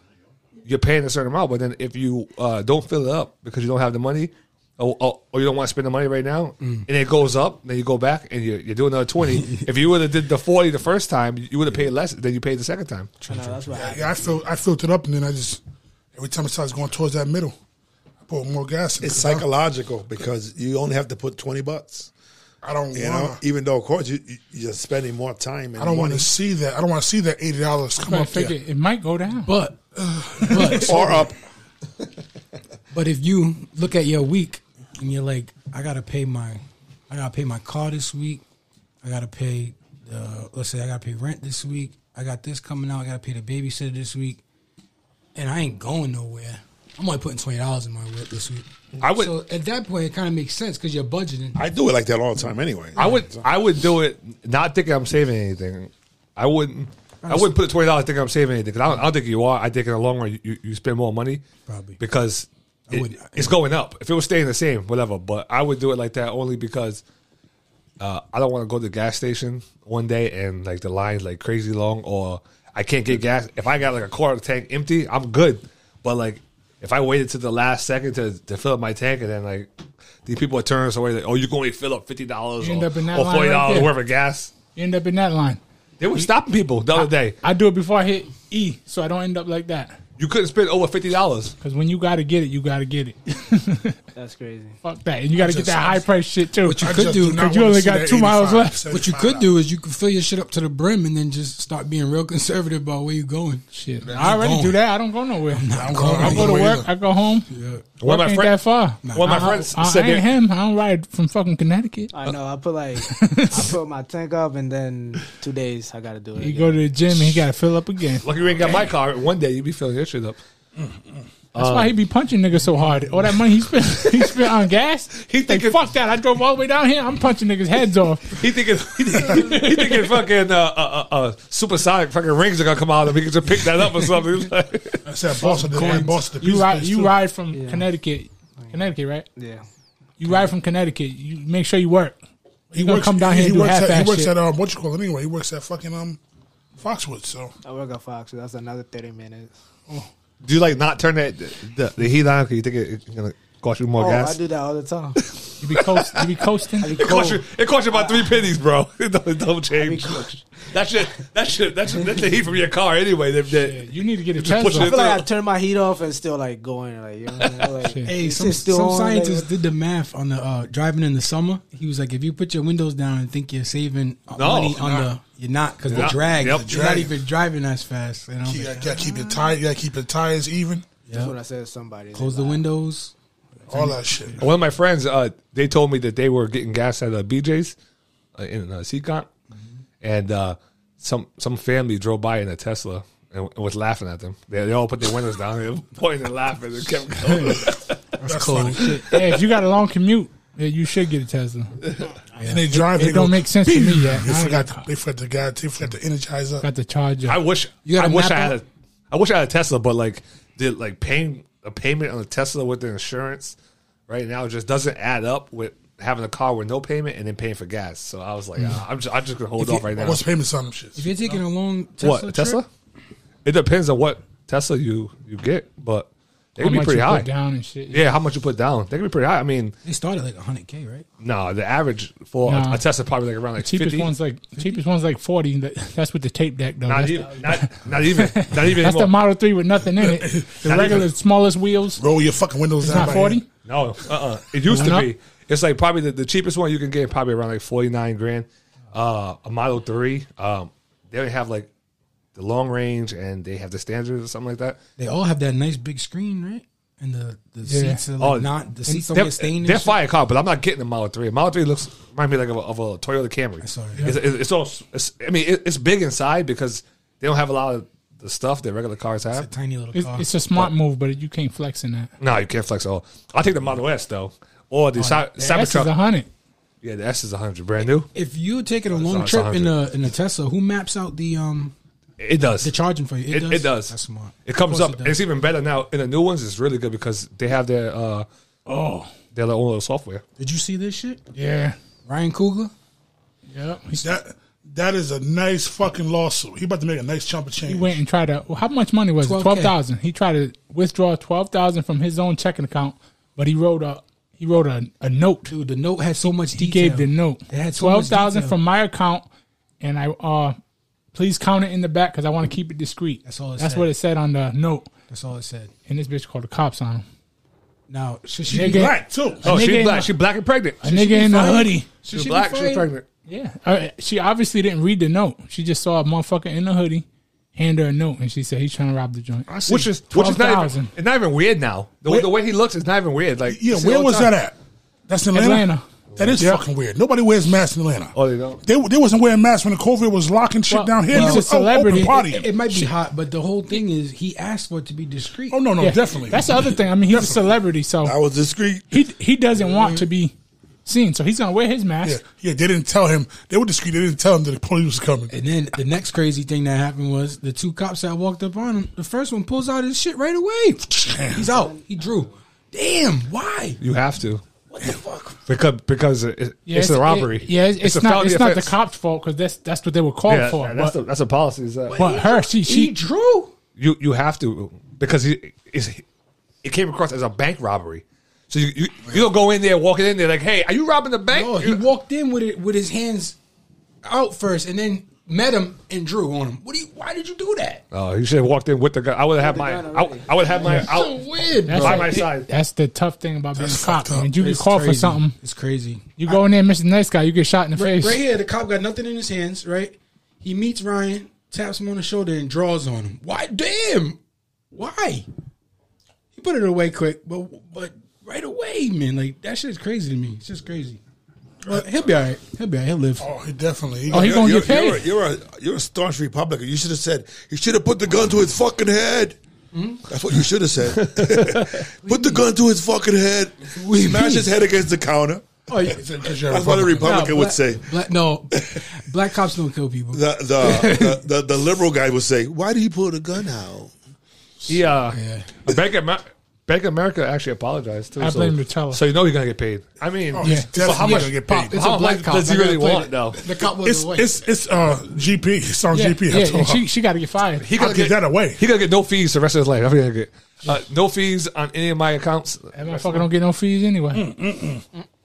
you're paying a certain amount. But then if you uh, don't fill it up because you don't have the money or, or, or you don't want to spend the money right now and it goes up, then you go back and you you do another twenty. if you would have did the forty the first time, you would have paid less than you paid the second time.
I know, that's what happened.
Yeah, I fill I filled it up, and then I just every time it starts going towards that middle, I put more gas. In
It's
'cause I-
psychological because you only have to put twenty bucks.
I don't
You know,
want. to
even though of course you, you- you're spending more time. And
I don't want
money.
to see that. I don't want to see that eighty dollars come
I
up there.
figure it might go down.
but but
or up.
But if you look at your week and you're like, I gotta pay my, I gotta pay my car this week. I gotta pay the, let's say I gotta pay rent this week. I got this coming out. I gotta pay the babysitter this week, and I ain't going nowhere. I'm only putting twenty dollars in my whip this week.
I would-
So at that point, it kind of makes sense because you're budgeting.
I do it like that all the time anyway.
I would I would do it not thinking I'm saving anything. I wouldn't. I wouldn't put the twenty dollars thinking I'm saving anything 'cause I don't, I don't think you are. I think in the long run you- you, you spend more money
Probably.
because
I
it-
wouldn't-
it's going up. If it was staying the same, whatever. But I would do it like that only because uh, I don't want to go to the gas station one day and like the line's like crazy long or I can't get gas. If I got like a quarter tank empty, I'm good. But like if I waited to the last second to, to fill up my tank and then like these people are turning us away like, oh, you can only fill up fifty dollars
You
or,
end
or
up in
forty
that line right
dollars
there.
worth of gas.
You end up in that line.
They were stopping people the other day.
I do it before I hit E, so I don't end up like that.
You couldn't spend over fifty dollars.
Because when you got to get it, you got to get it.
That's crazy.
Fuck that. And you got to get
just-
that high price shit too.
What you
I
could
just
do,
do not
'cause you
wanna
only
see
got
that
two
85,
miles left.
What you
75
could do is you can fill your shit up to the brim and then just start being real conservative about where you going.
Shit, I already
going.
do that. I don't go nowhere. I
I'm going, I'm
go to
going
work.
either.
I go home.
One of
Work
my
ain't
friend-
that far.
One of my
I-
friends
I, I
said
ain't
that-
him. I don't ride from fucking Connecticut.
I know. I put like I put my tank up, and then two days I gotta do it.
He go to the gym and he got to fill up again.
Lucky you ain't got my car. One day you be filling your shit up.
That's why he be punching niggas so hard. All that money he spent, he spent on gas.
He
He think
thinking-
fuck that. I drove all the way down here. I'm punching niggas heads off.
He thinking he, thinking- he thinking fucking uh, uh, uh, uh, supersonic fucking rings are gonna come out of him. He can just pick that up or something. He's like-
I said boss of the
Coins.
boss of the
You
pizza
ride,
place,
you
too.
ride from
Yeah.
Connecticut, Connecticut, right?
Yeah.
You ride from Connecticut. You make sure you work.
He
gonna come down here and do
works at,
half-ass
he works
shit.
at um, what you call it anyway. He works at fucking um Foxwood. So
I work at Fox. So that's another thirty minutes.
Do you like not turn that the, the heat on because you think it, it's gonna cost you more
Oh, I
gas?
do that all the time.
You be coast, you be coasting.
I be
It cost
cold.
you. It cost you about three pennies, bro. It don't, it don't
I be
change.
cold.
That shit. That shit. That's that's the heat from your car anyway. That, that-
Yeah, you need to get a
Just push
Tesla.
I feel like I turn my heat off and still like going like you know what I mean? like,
Hey,
it's
some,
still
some
on, like,
uh,
scientist did the math on the uh, driving in the summer. He was like, if you put your windows down and think you're saving uh,
No,
money on
nah.
the, you're not because
Yeah.
the drag,
Yep.
you're not
Drag.
even driving as fast. You know?
you gotta, gotta keep your tire, you gotta keep your tires even,
That's what I said to somebody.
Close the
Like,
windows.
all that shit.
One of my friends, uh, they told me that they were getting gas at a BJ's uh, in uh, Seacon,
Mm-hmm.
and uh, some some family drove by in a Tesla and, and was laughing at them. They, they all put their windows down, they were pointing and laughing, and kept going.
That's, cool.
hey, if you got a long commute, yeah, you should get a Tesla.
And they drive.
It
they
don't
go,
make sense to me yet.
They
I
forgot. The, they forgot the guy. They forgot the energizer.
Got the charger.
I wish
You got
I
a
wish
map
I had a,
out?
I wish I had a Tesla, but like the like paying a payment on a Tesla with the insurance right now just doesn't add up with having a car with no payment and then paying for gas. So I was
Mm.
like, ah, I'm just I'm just gonna hold off right now.
What's payments on them shit?
If you're taking a long Tesla
what Tesla?
trip,
It depends on what Tesla you you get, but They could be
much
pretty
you
high.
put down and shit.
Yeah, how much you put down? They could be pretty high. I mean,
They started like 100K, right?
no, the average for
Nah.
a, a Tesla probably like around like
Cheapest
50.
one's like cheapest one's like forty. That, that's with the tape deck though.
Not
that's
even, not, not even, not even.
that's the
anymore.
Model Three with nothing in it. The
Not
regular
even.
smallest wheels.
Roll your fucking windows
It's
down. by
not forty.
hand.
no, uh, uh It used to
Why
be. It's like probably the, the cheapest one you can get probably around like forty nine grand. Uh, a Model Three. Um, they only have like the long range and they have the standards or something like that.
They all have that nice big screen, right? And the, the
Yeah.
seats are like
Oh,
not, the seats don't
They're,
get stained.
they're
and shit.
fire car, but I'm not getting a Model Three. A Model Three looks remind me like of a, of a Toyota Camry.
saw it.
It's, it's, it's all. It's, I mean, it, it's big inside because they don't have a lot of the stuff that regular cars have.
It's a tiny little
It's,
car.
it's a smart move, but you can't flex in that.
No, you can't flex at all. I'll take the Model S though, or the, Cy-
The S is
Cybertruck.
a hundred.
yeah, the S is 100, brand new.
if you take it a
not-
long
it's
trip in
100.
a in a Tesla, who maps out the um
It does.
the charging for you?
it, it does.
That's smart.
It
Of
comes
course
up.
it does.
It's even better now. In the new ones, it's really good because they have their uh,
Oh
their own little software.
Did you see this shit?
yeah,
Ryan Coogler.
yep. He's-
That that is a nice fucking lawsuit. He about to make a nice chunk of
He
change.
went and tried to. well, How much money was it?
12K.
Twelve thousand. He tried to withdraw twelve thousand from his own checking account, but he wrote a he wrote a, a note.
Dude, the note had so much
he
detail.
gave the note.
It had so much
twelve thousand
detail.
from my account, and I uh, please count it in the back because I want to keep it discreet.
That's all it
That's
said.
what it said on the note.
That's all it said.
And this bitch called the cops on him.
Now should she
Nigga.
be
Black
black?
too.
Oh,
nigga
she
in
black.
the-
She black and pregnant.
A nigga in a hoodie.
She
should
she's
be
black. She's
fired.
pregnant.
Yeah, uh, she obviously didn't read the note. She just saw a motherfucker in a hoodie hand her a note, and she said he's trying to rob the joint.
Which is which is not even,
12,000.
it's not even weird now. The, way
Where-
the way he looks is not even weird.
Yeah,
Like you "Oh, see
where
all
was
the time.
that at? That's in Atlanta.
Atlanta.
That is fucking weird. Nobody wears masks in Atlanta.
Oh, they don't.
They, they wasn't wearing masks when the COVID was locking shit
Well,
down here.
he's
They
a
was
Oh,
o-
celebrity.
Open party.
It, it might be hot, but the whole thing is he asked for it to be discreet.
oh no, no,
Yeah,
definitely.
That's the other thing. I mean, he's a celebrity,
I
so
was discreet.
he he doesn't want to be seen, so he's gonna wear his
yeah,
mask.
yeah. They didn't tell him. They were discreet. They didn't tell him that the police was coming.
And then the next crazy thing that happened was the two cops that walked up on him. The first one pulls out his shit right away. He's out. He drew. Damn. Why?
You have to
What the fuck?
because because it,
Yeah,
it's, a robbery.
it- yeah, it's,
a
it's not.
felony
It's not the
offense.
cops' fault because that's that's what they were called
Yeah,
for.
that's
but,
the, that's a policy. Is that
but her, she
He
she
drew.
you you have to because he is it came across as a bank robbery. So you you, you don't go in there walking in there like, hey, are you robbing the bank?
Oh, he walked in with it with his hands out first, and then met him and drew on him. What do you? Why did you do that?
Oh, you should have walked in with the gun. I would have had my
gun
I,
already.
I would have my
So
out.
weird.
that's
bro.
by
the-
my side.
That's the tough thing about being a cop.
fucked up.
I mean, you get
It's
called for
crazy.
something.
It's crazy.
You go in there, and miss the nice guy, you get shot in the
Right,
face.
right here, the cop got nothing in his hands. Right, he meets Ryan, taps him on the shoulder, and draws on him. Why? Damn. Why? He put it away quick, but but right away, man. Like that shit's crazy to me. It's just crazy. But he'll be all right. He'll be all right. He'll live.
Oh, he definitely. He,
Oh, he
You're-
gonna
you're-
get paid.
You're, a- you're a you're a staunch Republican. You should have said he should have put the gun to his fucking head. That's what you should have said. put the gun to his fucking head.
do you
Smash
mean?
his head against the counter.
Oh, yeah.
because you're a
That's what a
Republican.
No,
Republican would
black-
say.
black- no, black cops don't kill people.
The the, the, the the liberal guy would say, "Why do you pull the gun out?"
He, uh,
Yeah.
Bank, of Amer- Bank of America actually apologized too.
I
so,
blame Nutella.
So you know you're gonna get paid. I mean,
Oh, he's
so how
definitely
much
gonna get paid.
How much does he
I gotta
really
play
want
the-
though?
The cop was
It's
away.
it's it's uh GP. It's on
Yeah,
GP.
yeah,
That's all.
and she she got to get fired.
He gonna
I'll give that away.
He gonna get no fees the rest of his life. I gonna get uh, no fees on any of my accounts.
That motherfucker don't get no fees anyway.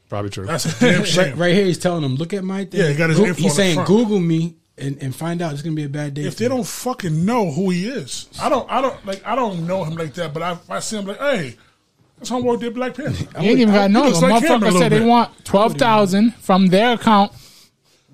Probably true.
That's a damn shame.
right, right here, he's telling him, "Look at my thing."
Yeah, he got his
Goo-
info
He's
on the
saying,
front.
"Google me and, and find out." It's gonna be a bad day.
If
for
they
you.
don't fucking know who he is, I don't. I don't like. I don't know him like that. But I, if I see him like, hey, that's homeboy did Black Panther.
He ain't even got none of
looks
them.
like him a
Motherfucker
little
said they
bit.
want twelve thousand from their account.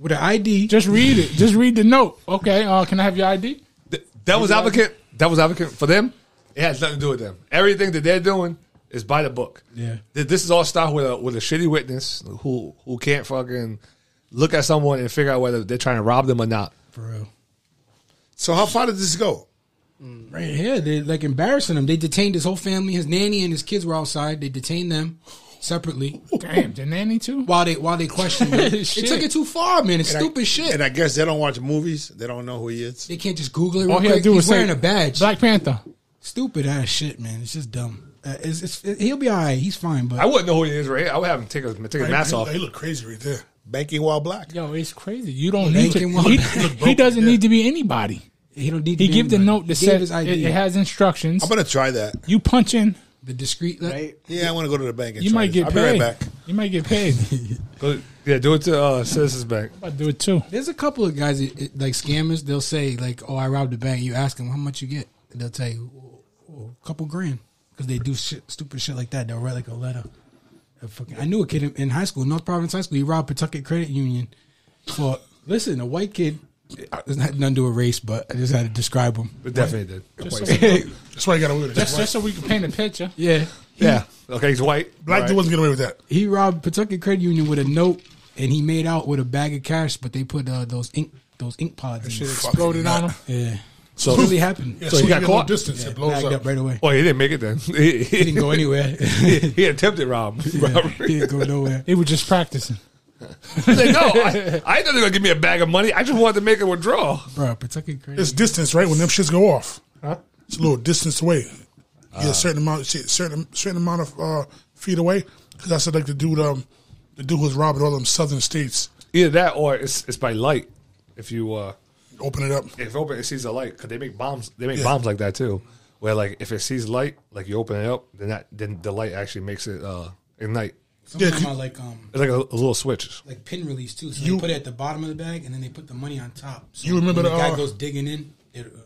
with an ID,
Just read it. Just read the note. Okay, uh, can I have your ID?
Th- that was advocate. That was advocate for them. It has nothing to do with them. Everything that they're doing is by the book.
Yeah.
Th- This is all start with a with a shitty witness who who can't fucking look at someone and figure out whether they're trying to rob them or not.
for real.
So how far did this go?
Right here, they're like embarrassing him. They detained his whole family. His nanny and his kids were outside. They detained them separately
Damn, the nanny too.
while they while they questioned him. they
Shit.
took it too far, man. It's stupid shit.
And I guess they don't watch movies. They don't know who he is.
they can't just Google it. Real
All he had to
quick.
do
He's
was say
wearing a badge.
Black Panther.
Stupid ass shit, man. It's just dumb. Uh, it's, it's, it- he'll be all right. He's fine, but
I wouldn't know who he is right here. I would have him take his take his mask
he,
off.
He look crazy right there.
Banking while black.
Yo, it's crazy. You don't
They
need to.
can walk
He,
back.
he doesn't need to be anybody.
He don't need.
He
to
gave the note that
He
said
gave his
it,
ID.
it has instructions.
I'm gonna try that.
You punch in,
the discreet. le-
right?
Yeah, I want to go to the bank and
you
try
might
this.
get
I'll
paid.
be right back.
You might get paid.
Go, yeah, do it to uh, Citizens Bank.
I do it too.
There's a couple of guys that, it- like scammers. They'll say like, "Oh, I robbed a bank." You ask them how much you get, and they'll tell you "Oh, oh, a couple grand because they do shit, stupid shit like that. They'll write like a letter. A fucking- I knew a kid in, in high school, North Providence High School. He robbed Pawtucket Credit Union for listen, a white kid. uh, It's not nothing to do with race, but I just had to describe him.
It definitely did.
Just so,
That's why I got away with it.
just, just so we can paint a picture.
yeah,
Yeah. Okay, he's white.
Black
All
dude
right.
wasn't getting away with that.
he robbed Pawtucket Credit Union with a note, and he made out with a bag of cash. But they put uh, those ink those ink pods. In.
Shit
it.
exploded
on him.
Yeah,
So,
really happened.
Yeah,
So
so
he
you
got
got caught.
caught?
Distance, it blows
Bagged
up.
up right away.
oh, he didn't make it then. He, he-
He didn't go anywhere.
he attempted rob.
he
robbery.
didn't go nowhere.
They were just practicing.
He's like, no, I, I thought they were gonna give me a bag of money. I just wanted to make a withdrawal.
Bro, Pawtucket Credit.
It's distance, right? When them shits go off, it's a little distance away. You get a certain amount, shit, certain certain amount of uh, feet away. Because I said like the dude, um, the dude who was robbing all them southern states,
Either that or it's it's by light. If you uh,
open it up.
if open it sees a light, because they make bombs. They make bombs like that too. Where like if it sees light, like you open it up, then that then the light actually makes it uh ignite.
Something
Yeah, 'cause-
about like um
It's like a, a little switch.
like pin release too. So
You-
they put it at the bottom of the bag, and then they put the money on top. So
You remember
when the,
the,
guy
uh,
goes digging in? It, uh,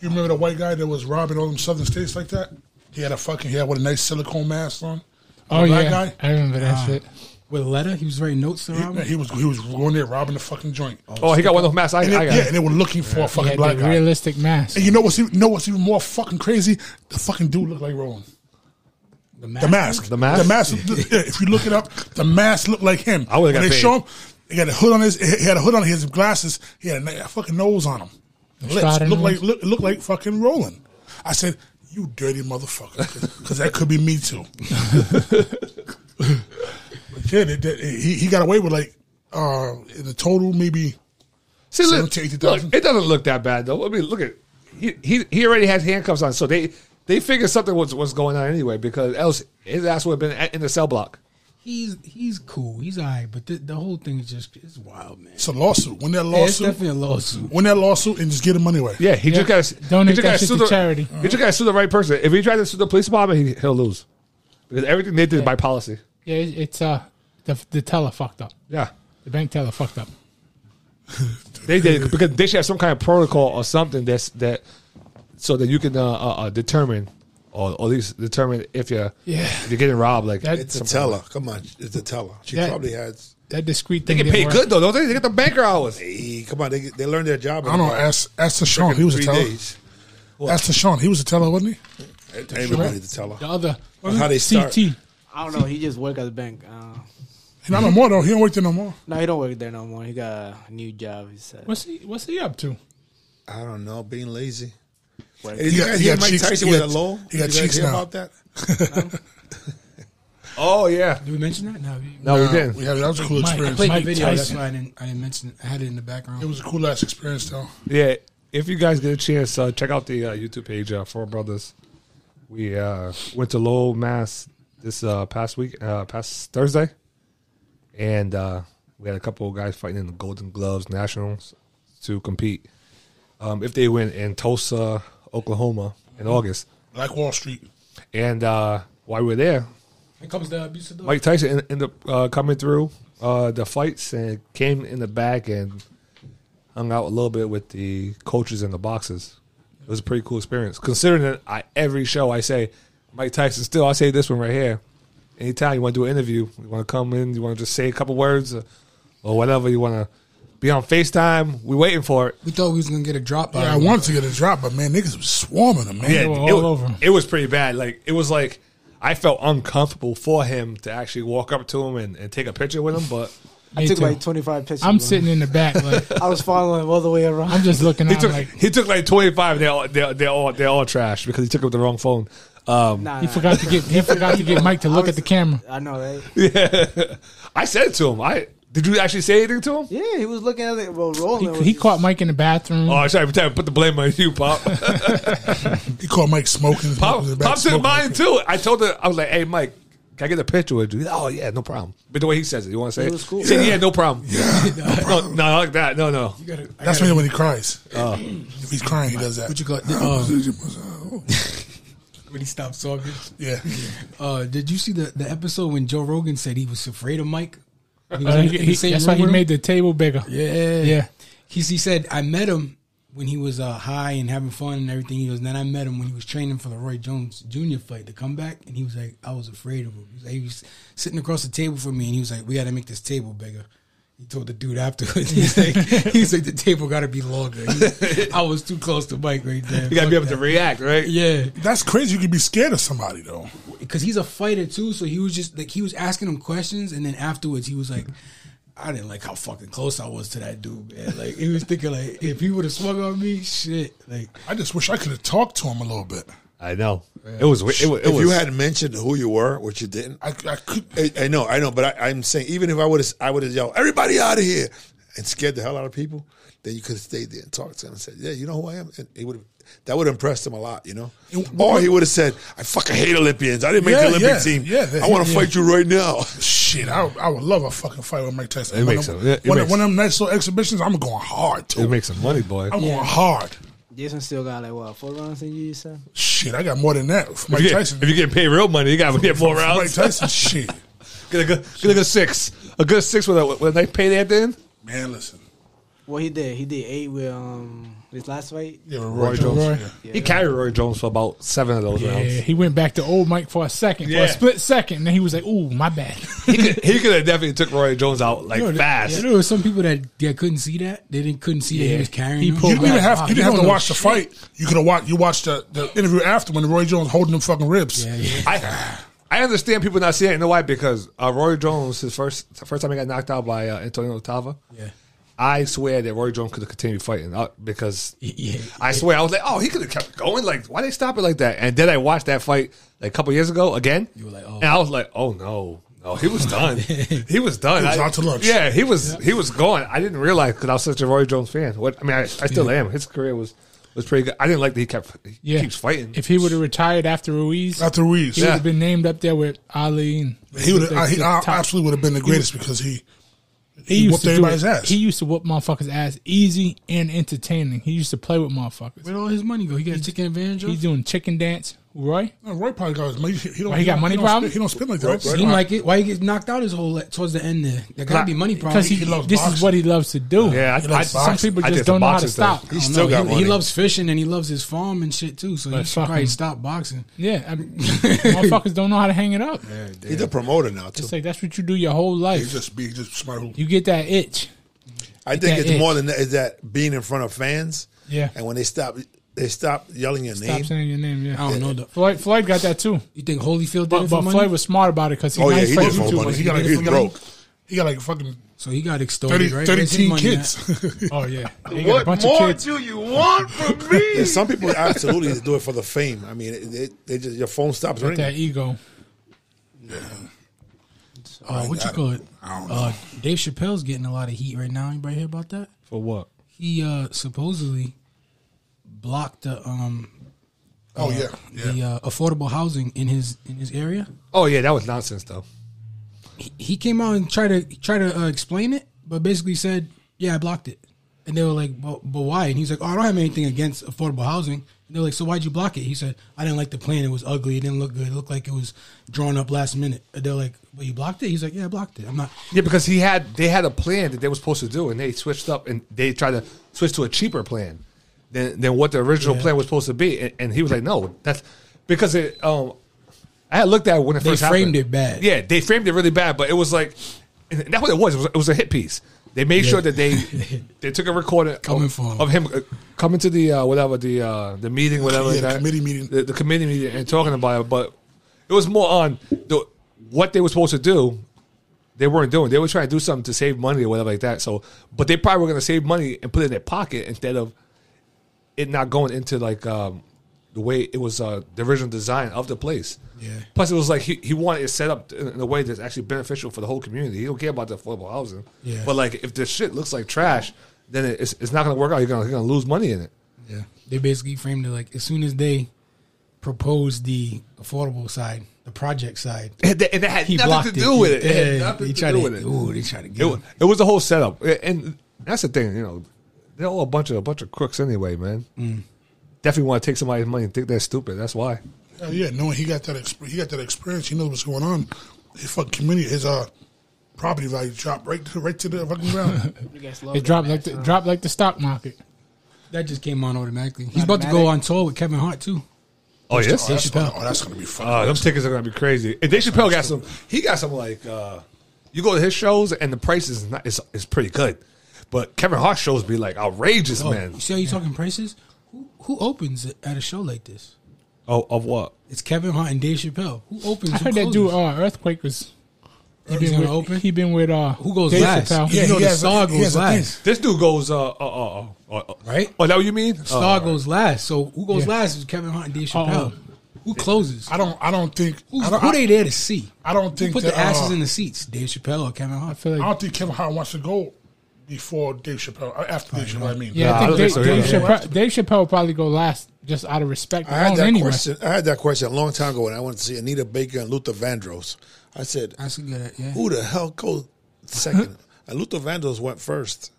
You remember the white guy that was robbing all them southern states like that? He had a fucking he had with a nice silicone mask on.
Oh
black
yeah,
guy?
I remember that shit.
uh, with a letter, he was writing notes around.
He, he was he was going there robbing the fucking joint.
Oh, he got one of those masks. I,
And
I
they,
got.
yeah, and they were looking for a
He
fucking
had
black
that
guy.
realistic mask.
And you know what's even, know what's even more fucking crazy? The fucking dude looked like Rowan.
the mask.
The mask.
The mask?
The mask. yeah, if you look it up, the mask looked like him.
I would've
When
got
they
paid.
show him. He got a hood on his. He had a hood on his glasses. He had a, na- a fucking nose on him. Lips
Spider
looked
nose.
like look, looked like fucking Roland. I said, "You dirty motherfucker," because that could be me too. but yeah, they, they, he he got away with like uh, in the total maybe.
See, look,
70,
look,
80,000.
it doesn't look that bad though. I mean, look at he he, he already has handcuffs on, so they they figured something was was going on anyway. Because else, his ass would have been at- in the cell block.
He's he's cool. He's alright, but the, the whole thing is just it's wild, man.
It's a lawsuit. Win that
Yeah, it's
lawsuit.
definitely a lawsuit.
win that lawsuit and just get him money away.
Yeah, he
Yeah.
just got
Donate
he just
that
gotta
shit
sue
to charity.
He just got to sue the right person. If he tried to sue the police department, he, he'll lose because everything they did is by policy.
Yeah, it- it's uh the the teller fucked up.
Yeah,
The bank teller fucked up.
they did because they should have some kind of protocol or something that's that so that you can uh, uh, uh, determine or, or at least determine if you're
Yeah.
if you're getting robbed. Like
That-
It's a teller. Come on, it's a teller. She
Yeah.
probably has.
That discreet
they
thing
get
didn't
paid
work.
good though, don't they? They get the banker hours.
Hey, eh, come on, they they learned their job.
I don't know. Ask ask Sean. He was a
three
teller.
days.
Ask Sean. He was a teller, wasn't he?
Everybody the teller.
The other
That's how they start.
CT.
I don't know. He just work at the bank. Uh,
Not no more though. He don't work there no more.
no, he don't work there no more. He got a new job. He said.
What's he What's he up to?
I don't know. Being lazy.
Right.
Hey, did you
got-
guys
he
hear
got
Mike
cheeks-
Tyson
he
with a
got-
low?
he got
Did you guys
cheeks
hear
now.
about that?
Oh yeah,
Did we mention that? No, we,
no, we didn't.
Yeah, that was a cool
Mike,
I
experience.
played
Mike
the video. That's
Tyson.
why I didn't I didn't mention it. I had it in the background.
It was a cool ass experience though.
Yeah, if you guys get a chance, uh, check out the uh, YouTube page uh, Four Brothers. We uh, went to Lowell, Mass this uh, past week, uh, past Thursday, and uh, we had a couple of guys fighting in the Golden Gloves Nationals to compete. Um, if they win in Tulsa, Oklahoma, in
Mm-hmm.
August,
Like Wall Street.
and uh, while we were there,
Here comes the abuse of
Mike Tyson en- ended up uh, coming through uh, the fights and came in the back and hung out a little bit with the coaches and the boxers. It was a pretty cool experience. Considering that I every show I say Mike Tyson, still I say this one right here. Anytime you want to do an interview, you want to come in, you want to just say a couple words or, or whatever, you want to be on Facetime. We waiting for it.
We thought we was gonna get a drop. out
Yeah, I
of it.
wanted to get a drop, but man, niggas was swarming him, man.
Yeah,
They were
it,
all
wa-
over him.
it was pretty bad. Like it was like I felt uncomfortable for him to actually walk up to him and, and take a picture with him, but.
Me
I took
too.
like 25 pictures.
I'm
bro.
sitting in the back. Like,
I was following him all the way around.
I'm just looking
He
out.
took
Like
he took like twenty five. They all they they all they all trash because he took up the wrong phone. Um,
Nah,
he
nah,
forgot to get he forgot to get Mike to look at the camera.
I know, right?
I said it to him. I did you actually say anything to him?
Yeah, he was looking at it. Well,
He,
rolling.
he caught Mike in the bathroom. Uh,
Oh, sorry, I'm trying to put the blame on you, Pop.
He called Mike smoking.
Pop,
He was back
Pop said
smoking.
mine too. I told her I was like, "Hey, Mike, Can I get a picture with you? Oh yeah, no problem. But the way he says it, you want to say
It
it?
was cool.
He said, yeah, no problem. no, no, not like that. No, no.
You gotta, I
That's
gotta,
when he cries. if he's crying, he does
what
that. Uh-uh.
you call it. Uh, when he stops talking.
Yeah.
Uh, did you see the, the episode when Joe Rogan said he was afraid of Mike? He was
Uh,
in
he-
the
he-
same
that's
room
why he
with him?
made the table bigger.
Yeah,
Yeah.
He, he said I met him when he was uh, high and having fun and everything. He goes, then I met him when he was training for the Roy Jones Jr. fight to come back, and he was like, I was afraid of him. He was, like, he was sitting across the table from me, and he was like, we got to make this table bigger. He told the dude afterwards, he's like, he's like, the table got to be longer. He- I was too close to Mike right there.
You gotta be
Fuck
able to react, right?
that. Yeah,
That's crazy. You could be scared of somebody, though.
because he's a fighter too. So he was just like he was asking him questions, and then afterwards he was like, "I didn't like how fucking close I was to that dude, man." Like he was thinking like, if he would have swung on me, shit. Like
I just wish I could have talked to him a little bit.
I know. It was. It, wa- it
if
was.
you hadn't mentioned who you were, which you didn't,
I, I could.
I, I know, I know, but I, I'm saying even if I would have, I would have yelled, "Everybody out of here!" and scared the hell out of people. Then you could have stayed there and talked to him and said, "Yeah, you know who I am." And it would have that would have impressed him a lot, you know. or he would have said, "I fucking hate Olympians. I didn't make
Yeah,
the Olympic
yeah,
team.
yeah, that-
I want to fight you right now."
Shit, I, I would love a fucking fight with Mike Tyson.
It
One
makes
of-
sense. Yeah, it
one, of-
makes
one of them nice little exhibitions, I'm going hard
It
too.
makes some money, boy.
I'm going hard.
Jason still got like what four rounds in you? You said
Shit, I got more than that. For
If
Mike
you, get,
Tyson.
if you get paid real money, you gotta get more
For Mike
rounds.
Tyson, shit.
Get a good, get a good six. A good six with a with a nice payday at the end.
Man, listen.
Well, he did. He did eight with um his last fight.
Yeah, with
Roy
Roy, Jones.
Jones.
yeah.
He carried Roy Jones for about seven of those
Yeah,
rounds.
he went back to old Mike for a second, for
Yeah.
a split second, and then he was like, "Ooh, my bad."
He could, he could have definitely took Roy Jones out like
you know, there-
fast.
yeah, there were some people that that couldn't see that. They didn't couldn't see that
Yeah.
he was carrying.
He
him.
pulled
You
back.
Like,
didn't even have
wow,
you
he
didn't have
don't
to
know
watch the
shit.
fight. You could have watched you watched the, the interview after when Roy Jones holding them fucking ribs.
Yeah, yeah.
I I understand people not seeing it. You know why? Because uh, Roy Jones, his first the first time he got knocked out by uh, Antonio Tava.
Yeah.
I swear that Roy Jones could have continued fighting uh, because
Yeah.
I swear I was like, oh, he could have kept going. Like, why they stop it like that? And then I watched that fight like, a couple years ago again. You
were like, oh.
and I was like, oh no, no, he was done. he was done.
He was
I-
out to lunch.
Yeah, he was he was gone. I didn't realize because I was such a Roy Jones fan. What I mean, I, I still am. His career was was pretty good. I didn't like that he kept he
Yeah,
keeps fighting.
If he would have retired after Ruiz, he
After Ruiz,
would
Yeah.
have been named up there with Ali. And
he would I, he, I
Top.
absolutely would have been the greatest because he he
He, used
whooped
to do
everybody's
it.
ass.
He used to whoop motherfuckers' ass easy and entertaining. He used to play with motherfuckers.
Where'd all his money go? He got taken advantage
He's
of.
doing chicken dance, Roy.
No, Roy probably got his money. He, don't,
Why, he got
don't-
money
don't
problem?
spin- He don't spin like that.
Seemed like it. Why he gets knocked out his whole towards the end there? There gotta be money
Because
problems.
he,
He loves
this is
boxing.
what he loves to do.
yeah,
He
I, I,
likes
Some
boxing.
people
I
just
did the
don't know how to
boxing thing.
stop.
He
I don't
still
know.
got
he,
money.
he loves fishing and he loves his farm and shit too. So he
But
should probably
fucking-
stop boxing.
Yeah, I mean, motherfuckers don't know how to hang it up.
He's a promoter now too.
It's like that's what you do your whole life.
He's just be just smart. Who
you get that itch.
I think
that
it's
itch.
more than that, is that being in front of fans.
Yeah.
and when they stop, they stop yelling your
Stop
name.
saying your name. Yeah,
I don't know. The,
Floyd Floyd got that too,
you think Holyfield did
but,
it
but
for
Floyd
money?
was smart about it because he,
Oh,
not
yeah, he
fighting
did for
YouTube.
money.
he got like
He's
he got
broke.
Like, he got like fucking
So he got extorted,
30,
right?
13
Where's his money at?
kids.
Oh yeah, he got a bunch of kids.
Yeah, some people absolutely do it for the fame. I mean, it, it, they just your phone stops
With that
ringing.
ego.
Uh, what you call it?
I don't know.
Uh, Dave Chappelle's getting a lot of heat right now. Anybody hear about that?
For what?
He uh, supposedly blocked the um,
oh yeah, yeah.
the uh, affordable housing in his in his area.
Oh yeah, that was nonsense though.
He, he came out and tried to try to uh, explain it, but basically said, "Yeah, I blocked it." And they were like, "But but why?" And he's like, "Oh, I don't have anything against affordable housing." And they're like, "So why'd you block it?" He said, "I didn't like the plan. It was ugly. It didn't look good. It looked like it was drawn up last minute." And they're like, "Well, you blocked it?" He's like, "Yeah, I blocked it. I'm not."
Yeah, because he had they had a plan that they were supposed to do, and they switched up and they tried to switch to a cheaper plan than than what the original plan was supposed to be. And, and he was like, "No, that's because it." Um, I had looked at it when it
They
first
framed
happened.
it bad.
Yeah, they framed it really bad, but it was like and that's what it was. It was, it was a hit piece. They made sure that they they took a recording
Coming
of,
for him.
of him uh, coming to the uh, whatever the uh, the meeting, whatever
Yeah,
that-
committee meeting.
the, the committee meeting, and talking about it. But it was more on the, what they were supposed to do they weren't doing. They were trying to do something to save money or whatever like that. So, but they probably were going to save money and put it in their pocket instead of it not going into like um, the way it was uh, the original design of the place.
Yeah.
Plus, it was like he, he wanted it set up in in a way that's actually beneficial for the whole community. He don't care about the affordable housing.
Yeah.
But like, if the shit looks like trash, then it- it's, it's not going to work out. You're going to lose money in it.
Yeah. They basically framed it like as soon as they proposed the affordable side, the project side.
And that, and that had
He
nothing
blocked
to do with it.
Yeah,
It had
he
nothing to
tried
do with it.
Ooh, they tried to get
It,
him.
wa- it was a whole setup, A- and that's the thing. You know, they're all a bunch of a bunch of crooks anyway, man.
Mm.
Definitely want to take somebody's money and think they're stupid. That's why.
Uh, yeah, knowing he got that exp- he got that experience, he knows what's going on. His fucking community, his uh, property value dropped right to, right to the fucking ground.
You guys love
It
that
dropped like
match,
the
huh?
dropped like the stock market.
That just came on automatically. He's about to go on tour with Kevin Hart too.
Oh yes,
that's
Chappelle.
gonna, oh, that's gonna be fucking.
Uh, them tickets are gonna be crazy. And Dave Chappelle got some. He got some like uh, you go to his shows and the price is not is, is pretty good, but Kevin Hart's shows be like outrageous, Oh, man.
You see how you talking prices? Who who opens at a show like this?
Oh, of what?
It's Kevin Hart and Dave Chappelle. Who opens?
I
who
heard that dude
closes?
uh, Earthquake was. He
He's
been
gonna
with
open?
he been with uh
Who goes
Dave
last?
Chappelle.
Yeah,
You know
the
he has a-
star
he
goes
has a
last,
This dude goes uh uh uh, uh, uh, uh
right?
Oh, that what you mean?
Star
Uh,
goes last. So who goes
Yeah.
last is Kevin Hart and Dave
Oh.
Chappelle. Who closes?
I don't. I don't think.
Who's,
I don't,
who they there to see?
I don't think
Who put
that,
the asses
uh,
in the seats? Dave Chappelle or Kevin Hart?
I feel
I
like
don't think Kevin Hart wants to go before Dave Chappelle. uh, After Dave Chappelle, I mean.
yeah,
Nah, I
I
don't
think
think
Dave,
so
Dave,
either.
Chappelle, Dave Chappelle probably go last just out of respect.
I
oh,
had
alone
that
anyway.
question. I had that question a long time ago when I went to see Anita Baker and Luther Vandross. I said,
That's a good. Yeah.
"Who the hell goes second? and Luther Vandross went first.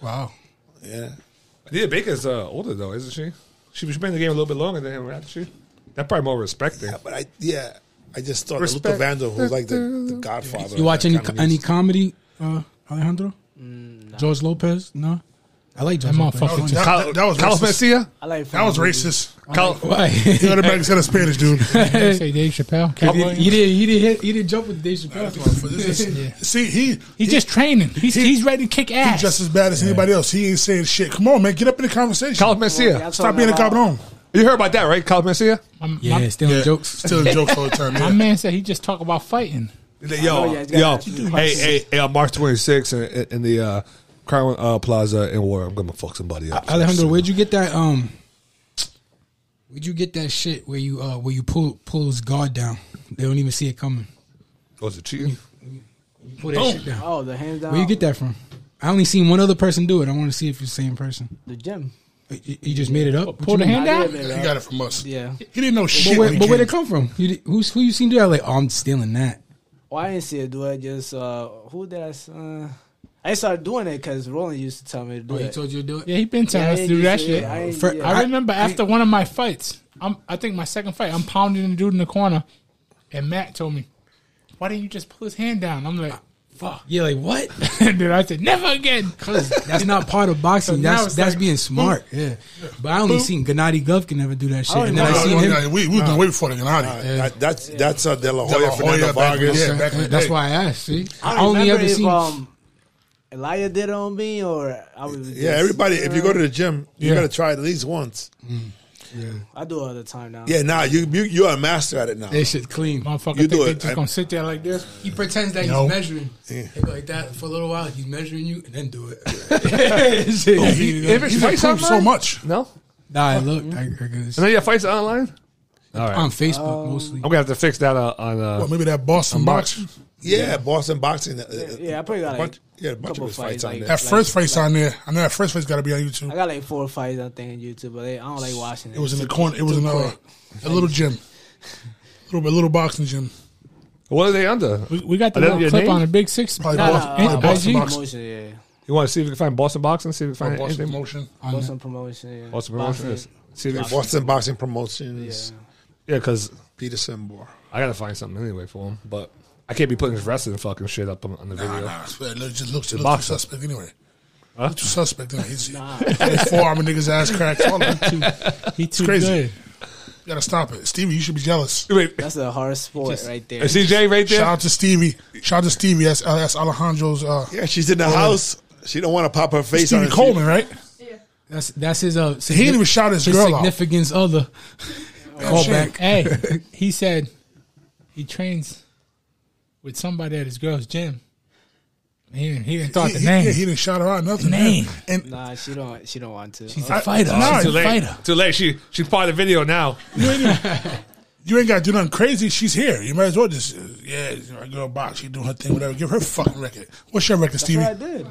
Wow.
Yeah,
Anita Baker's uh, older though, isn't she? She was been in the game a little bit longer than him, hasn't she? That's probably more respecting.
Yeah, but I yeah, I just thought that Luther
Respect.
Vandross was like the, the Godfather.
You watch
of
any
that kind of
any
music.
comedy? Uh, Alejandro,
Mm,
George Lopez. No, I like George
That
Lopez.
motherfucker just-
That- that- that was
Carlos
racist.
Mencia.
I like
That was
Frankie.
racist.
Cal-
Why?
You know the back said a Spanish dude.
They say Dave Chappelle. Cat Williams.
He didn't. He didn't hit. He didn't jump with Dave
This
Chappelle.
is- See, he
He's just training. He's he's ready to kick ass.
he's just as bad as anybody else. He ain't saying shit. Come on, man, get up in the conversation.
Carlos Mencia.
that's
Stop
what
being a
I'm about.
cabron.
You heard about that, right? Carlos Mencia.
my,
Yeah, stealing
Yeah,
jokes.
Still jokes all the time.
my, my
Yeah.
man said he just talk about fighting.
Yo,
know, yeah, it's
yo,
gotta be-
hey, hey, hey, on March 26th in, in the uh, Crown uh, Plaza in War, I'm gonna fuck somebody up.
Alejandro, where'd you get that? Um, where'd you get that shit where you uh where you pull pull his guard down? They don't even see it coming.
Was it cheating?
You pull that shit down.
Oh, the hands down.
Where you get that from? I only seen one other person do it. I want to see if it's the same person.
The gym.
You, you- you just made it up. What
Pull
you
the
mean?
hand out.
Yeah,
He got it from us.
yeah.
He didn't know shit.
But where,
when he
but where'd
came.
it come from? You did- who's who you seen do that? Like, oh, I'm stealing that.
Well, I didn't see it do it. Just uh, who did I? s- Uh, I started doing it because Roland used to tell me to do
Oh, he
it.
told you to do it.
Yeah, he been telling us to do that shit.
I, ain't-
For-
yeah.
I
I-
remember after one of my fights, I'm I think my second fight, I'm pounding the dude in the corner, and Matt told me, "Why didn't you just pull his hand down?" I'm like, "Fuck!"
Yeah, like what?
and then I said, "Never again."
That's not part of boxing.
So now
that's
it's
that's
like,
being smart. Yeah, but I only seen Gennady Golovkin never do that shit.
don't
And then I
know.
seen
No,
him.
no, no, we, we've been waiting for the Gennady.
That, that's that's uh, De La
De La
Hoya,
Hoya
Fernando
back in the
Vargas.
day. back in the
That's
day.
why I asked. See,
I
I,
don't
only
remember
ever
if,
seen.
um, Elia did it on me or I was. Just,
Yeah, everybody. If you go to the gym, you
Yeah.
gotta try it at least once.
I do it all the time now.
Yeah, now you, you you're a master at it now.
That shit clean.
Motherfucker,
You
think
do
they
it.
just gonna sit there like this?
He pretends that
No.
he's measuring. He go like that for a little while. He's measuring you, and then do it. Shit, you know.
He's
Fights
improved so
online?
much.
No,
nah, I look. I, I guess.
and Oh. then your fights online. All right,
on
I'm
Facebook mostly.
gonna have to fix that uh, on. Uh,
Well, maybe that Boston
March.
boxing.
yeah, Boston boxing. uh, uh,
Yeah, I probably got like
a bunch, yeah, a bunch
couple
of his fights
fights,
on
like-
there.
That first face on there. I know that first face got to be on
I
YouTube.
got like four fights I think on YouTube, but they, I don't like watching it.
It was in the corner. It was in uh, a little gym, little a little boxing gym.
what are they under?
We, we got
I
the
don't
little
get
clip
named.
on the big six.
Probably
Nah,
Boston,
nah,
Ain't
uh,
probably Boston
IG?
boxing.
promotion, yeah.
You want to see if you can find Boston boxing? See if you can
Or
find
Oh, Boston
anything.
motion.
Boston promotion. Yeah.
Boston promotion. Yes. See if you can-
Boston boxing promotions.
Yeah.
yeah, because
Peterson Bar.
I gotta find something anyway for him, but I can't be putting this wrestling fucking shit up on, on the
Nah,
video.
nah, it's- it looks- just looks, it looks
boxer.
too suspect anyway. Huh? Too suspect. Anyway. He's got his forearm and niggas ass cracked. All of it. You
He too
crazy.
good.
gotta stop it, Stevie. You should be jealous.
Wait,
That's a hard sport right there.
is CJ right there?
Shout out to Stevie. Shout out to Stevie. That's, uh, that's Alejandro's uh,
Yeah, she's in the house. She don't want to pop her face on
Stevie
it.
Coleman, right?
That's that's his. Uh,
He didn't even shout his
his
girl out.
significance other. Call
shit.
back.
Hey, he said he trains with somebody at his girl's gym. He didn't, he didn't thought
He,
the
he-
name.
yeah, he didn't shout her out. Nothing.
Name.
man. And
Nah, she don't. She don't want to.
He's
Oh,
a fighter.
nah,
He's
Too
a
late.
fighter.
Too late. She she's part of the video now.
you ain't gotta do nothing crazy. She's here. You might as well just uh, yeah, my girl box. She doing her thing, whatever. Give her a fucking record. What's your record, Stevie?
I did.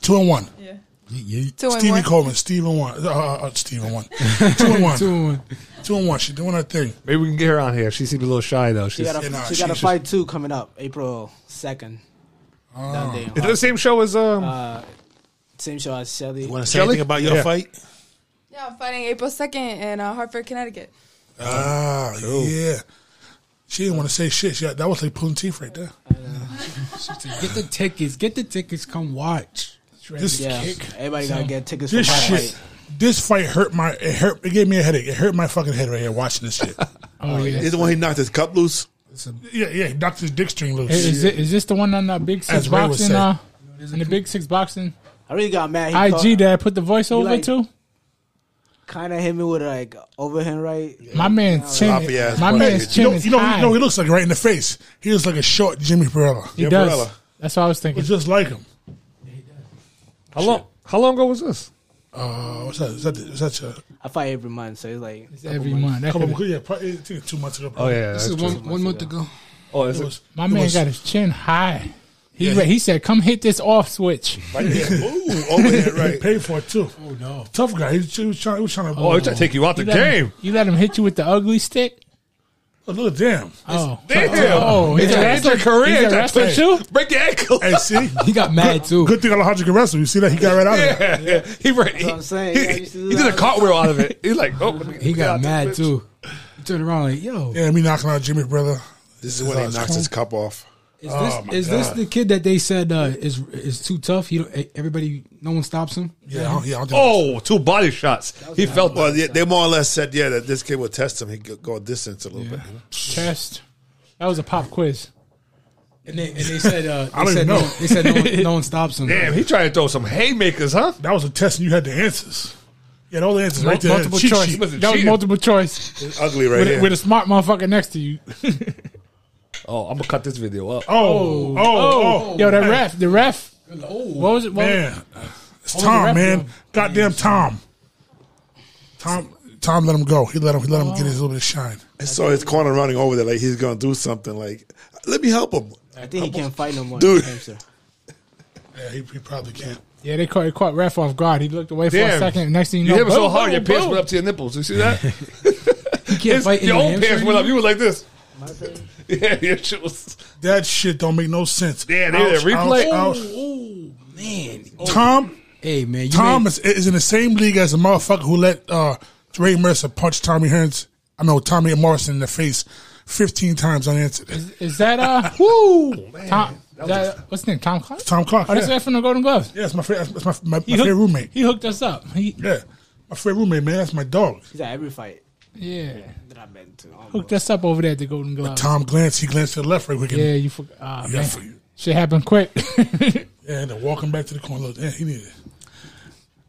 Two and one.
Yeah.
Yeah,
Two and
Stephen
one.
Coleman, Stephen one, uh, uh, Stephen one, two and one,
two and one.
two and one. She's doing her thing.
Maybe we can get her on here. She seems a little shy though.
She
She's
got a,
Yeah, nah,
she
she
got a
should-
fight too coming up April second. That day in
Is it the same show as um.
Same show as Shelly.
Want to say
Shelly?
anything about your
Yeah.
fight?
Yeah, I'm fighting April 2nd in uh, Hartford, Connecticut.
Ah, yeah. She didn't want to say shit. She got, that was like pulling teeth right there.
Get the tickets. Get the tickets. Come watch.
This
Yeah, everybody gotta get tickets for
this
that
shit,
fight.
this fight hurt my. It hurt. It gave me a headache. It hurt my fucking head right here watching this shit.
Oh, yeah.
He's the one he knocked his cup loose.
yeah, yeah. He knocked his dick string loose.
Is, is, it, is this the one on that big six
As Ray would
boxing?
say.
Uh, in the big six boxing
I really got mad. He
IG that I put the voice over
like-
to?
kind of hit me with like overhand right.
My man's chin.
Sloppy ass
My
punch.
man's
you
chin
know,
is
you know,
high.
you know, he looks like right in the face. He looks like a short Jimmy Perella.
He
Yeah,
does.
Barella.
That's what I was thinking.
Looks just like him.
how long? How long ago was this?
Uh, what's that? Is that, is that your
I fight every month, so it's like
It's every month. That
couple?
could've-
Of, yeah, probably, I think two months ago.
Oh
Probably.
yeah.
This
that's
is
true.
one, one month ago.
Oh, is
It
it?
was,
my
it
man
was-
got his chin high. He
Yeah,
re-
he-
he said, "Come hit this off switch."
Right there. Ooh, over here,
He
right.
paid for it too.
Oh no.
Tough guy. He was, he was trying. He was trying to.
Oh, it's trying to take you out the
You let him-
game.
you let him hit you with the ugly stick.
oh, look, damn.
Oh,
Damn.
Oh, he's
It's
a
a-
wrestler.
it's a career.
He's a
It's a
wrestler
thing.
too.
Break your ankle.
Hey, see,
He got mad too.
good thing Alejandro can wrestle. You see that? He got right out of it.
Yeah. He, re- he,
what I'm saying.
he-
Yeah, you see
he did a
that?
cartwheel out of it. He's like, oh, let me
He
get out
got
this
mad
bitch.
too. He turned around like, yo,
Yeah, me knocking out Jimmy, brother.
This is when he knocks his cup off.
is this
Oh, my
is this
God.
the kid that they said uh, is is too tough? You don't, everybody, no one stops him.
Yeah, I don't- yeah. I'll do
Oh, two body shots. He felt
Well, yeah, they more or less said, yeah, that this kid will test him. He could go a distance a little bit. you know?
Chest. That was a pop quiz.
And they and they said uh,
I don't
they said
even
no,
know.
they said no, one- no one stops him.
Damn, he tried to throw some haymakers, huh?
That was a test, and you had the answers. You had all the answers right there.
multiple
Cheat
choice.
sheet.
Wasn't
That was
cheating.
multiple choice
It's ugly right
with, a,
here.
with a smart motherfucker next to you.
Oh, I'm gonna cut this video up.
Oh, oh, oh,
Yo, that ref, the ref. What was it? What was,
man! It's Tom,
ref
man.
doing?
Goddamn Tom. Tom, Tom, let him go. He let him. He let him get his little bit of shine.
I saw his corner running over there like he's going to do something. Like, let me help him.
I think he can't fight no more.
Dude.
in Hampshire.
Yeah, he, he probably can't.
yeah, they caught, they caught ref off guard. He looked away for a
Damn.
second. Next thing you
You
know,
hit him so
boom,
hard,
boom,
your pants
boom.
went up to your nipples. You see that?
He can't
His-
fight in
your
New
own
Hampshire
pants went up.
anymore?
You were like this. Yeah, your shit was.
That shit don't make no sense.
Yeah, they did a replay.
ouch, ouch.
Oh, oh, man,
Tom,
hey man, you
Tom
made-
is, is in the same league as the motherfucker who let uh, Ray Mercer punch Tommy Hearns. I know Tommy Morrison in the face fifteen times unanswered.
Is that uh? woo, Tom. that- what's his name? Tom Clark.
Tom Clark.
Oh, that's
yeah.
ref from the Golden Gloves.
Yeah, it's my favorite. That's my, my, my
He hooked,
favorite roommate.
He hooked us up. He,
Yeah, my favorite roommate, man. That's my dog.
He's at every fight
yeah,
that I've been to.
hooked us up over there at the Golden Gloves.
Tom Glance. He glanced to the left, right wicket.
Yeah,
Yeah,
you forgot. Ah,
yeah,
man.
for you.
Shit happened quick.
yeah. And then walking back to the corner. Look, yeah, he needed.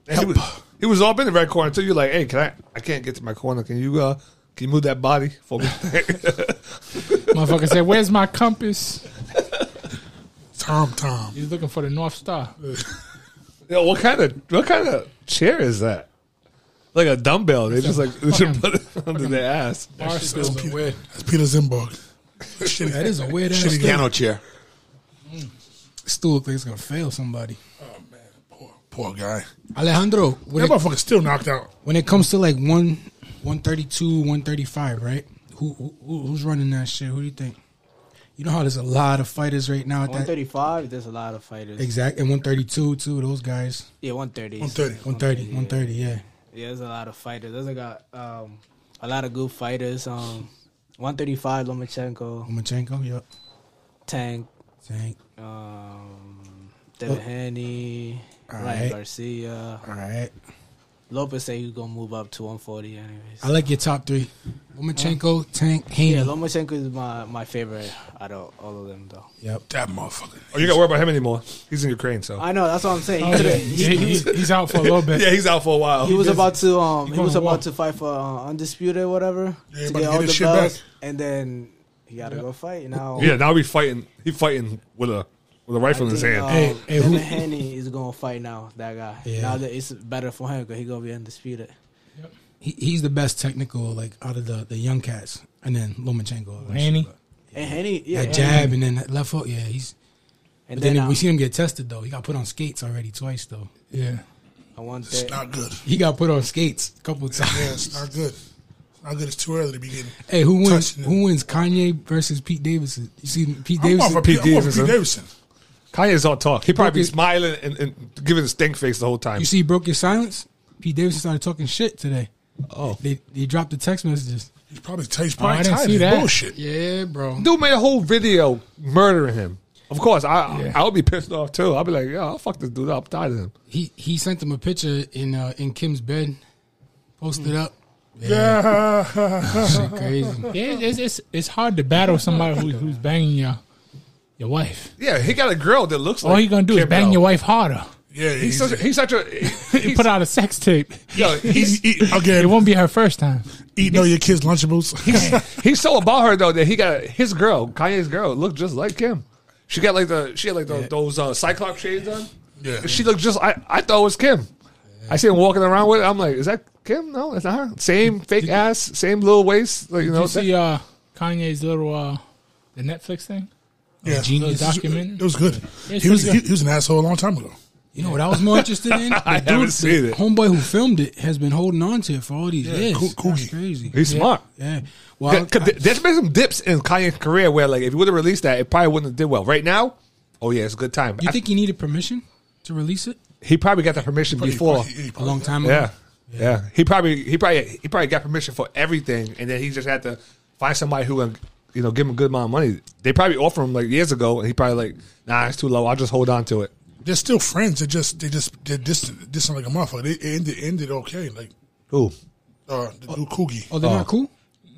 it.
He was, he was up in the red corner until you're like, hey, can I? I can't get to my corner. Can you? uh Can you move that body for me?
Motherfucker said, "Where's my compass?"
Tom, Tom.
He's looking for the North Star.
Yo, what kind of what kind of chair is that? Like a dumbbell. They just like they just
fucking-
put it under their ass.
Bar stool.
Peter- That's Peter Zimborg. Shitty-
that is a weird ass.
Shitty guy.
Still,
Piano chair.
still look like it's gonna fail somebody.
Oh man, poor, poor guy.
Alejandro, when
That
it,
motherfucker's still knocked out.
when it comes to like one, one thirty two, one thirty five, right? Who, who who- who's running that shit? Who do you think? You know how there's a lot of fighters right now at
One
that
thirty five. There's a lot of fighters.
exact and one thirty two too. Those guys,
Yeah, one thirty.
130.
130, 130, yeah.
Yeah, there's a lot of fighters. There's a got um a lot of good fighters. Um, one thirty five. Lomachenko,
Lomachenko, yep.
Tank,
Tank.
um, Devin Haney,
All
Ryan
right.
Garcia.
All right.
Lopez said he's gonna move up to one forty anyways.
I like your top three. Lomachenko, Tank,
Yeah,
Haney.
Lomachenko is my, my favorite out of all of them though.
yep.
That motherfucker.
Oh, you got to worry about him anymore. He's in Ukraine, so
I know that's what I'm saying. He
Oh, yeah.
could've-
He- he's, he's out for a little bit.
yeah, he's out for a while.
He was about to um he
gonna
was about
walk.
to fight for uh, undisputed whatever
Yeah,
to
about
get
to
all
get his
the
shit back.
belts and then he got to go fight now.
yeah, now we fighting. He fighting with a with a
I
rifle in his
think,
hand.
um,
Hey, hey, who-
Devin Haney is gonna fight now. That guy.
Yeah.
Now that it's better for him because he gonna be undisputed.
He, he's the best technical, like, out of the, the young cats. And then Lomachenko.
Haney?
And Haney, yeah, Haney.
That jab and then that left hook. Yeah, he's.
And
But
then,
then
uh,
we seen him get tested, though. He got put on skates already twice, though.
Yeah.
I want
It's
that.
not good.
He got put on skates a couple of
Yeah,
times.
it's not good. It's not good. It's too early to be getting.
Hey, who wins?
Touchdown.
Who wins? Kanye versus Pete Davidson. You see Pete
I'm off
Davidson.
for
Pete
Pete, I'm off for
Davidson.
Pete Davidson.
Kanye's all talk. He probably be
Okay.
smiling and, and giving a stink face the whole time.
You see, he broke your silence. Pete Davidson started talking shit today.
Oh.
They they dropped the text messages.
He's probably, he's
Oh,
probably
I didn't
tired
see
of
that.
bullshit.
Yeah, bro.
Dude made a whole video murdering him. Of course, I I would be pissed off too. I'll be like, yo, I'll fuck this dude up. I'm tired of him.
He he sent them a picture in uh, in Kim's bed, posted up.
Yeah.
Shit crazy.
Yeah, it's, it's it's hard to battle somebody who, who's banging your your wife.
Yeah, he got a girl that looks like
All you gonna do is
Kim
bang
Bell.
your wife harder.
yeah
He's such a, he's such a
You
he's,
put out a sex tape.
yo, he's,
He's eat,
It
again,
won't be her first time.
eating all your kids' Lunchables.
he's so about her though that he got his girl, Kanye's girl, looked just like him. She got like the she had like the, those uh, cyclops shades on.
yeah.
She looked just I I thought it was Kim. I see him walking around with it. I'm like, is that Kim? No, it's not her. Same fake ass, same little waist. Like you
Did
know,
you see uh, Kanye's little uh, the Netflix thing?
yeah.
Genius
It was-
documentary?
It was good.
It's
He was,
pretty
he, he was an asshole a long time ago.
You know what I was more interested in? The
I haven't seen
the
it.
Homeboy who filmed it has been holding on to it for all these years.
Coo-
That's
Coogie.
crazy.
he's
yeah.
smart.
Yeah.
Cause,
Well, I-
cause th- there's been some dips in Kanye's career where, like, if you would have released that, it probably wouldn't have did well. Right now, oh yeah, it's a good time.
you
I-
think he needed permission to release it
he probably got the permission before.
He- he-
a long time ago?
yeah, yeah, He probably he probably he probably got permission for everything, and then he just had to find somebody who would, you know give him a good amount of money. They probably offered him like years ago, and he probably like, nah, it's too low. I'll just hold on to it.
They're still friends. They just they just they're distant, distant like a motherfucker. They it ended ended okay. Like
Who?
uh, the dude Coogie.
Oh, they're not cool.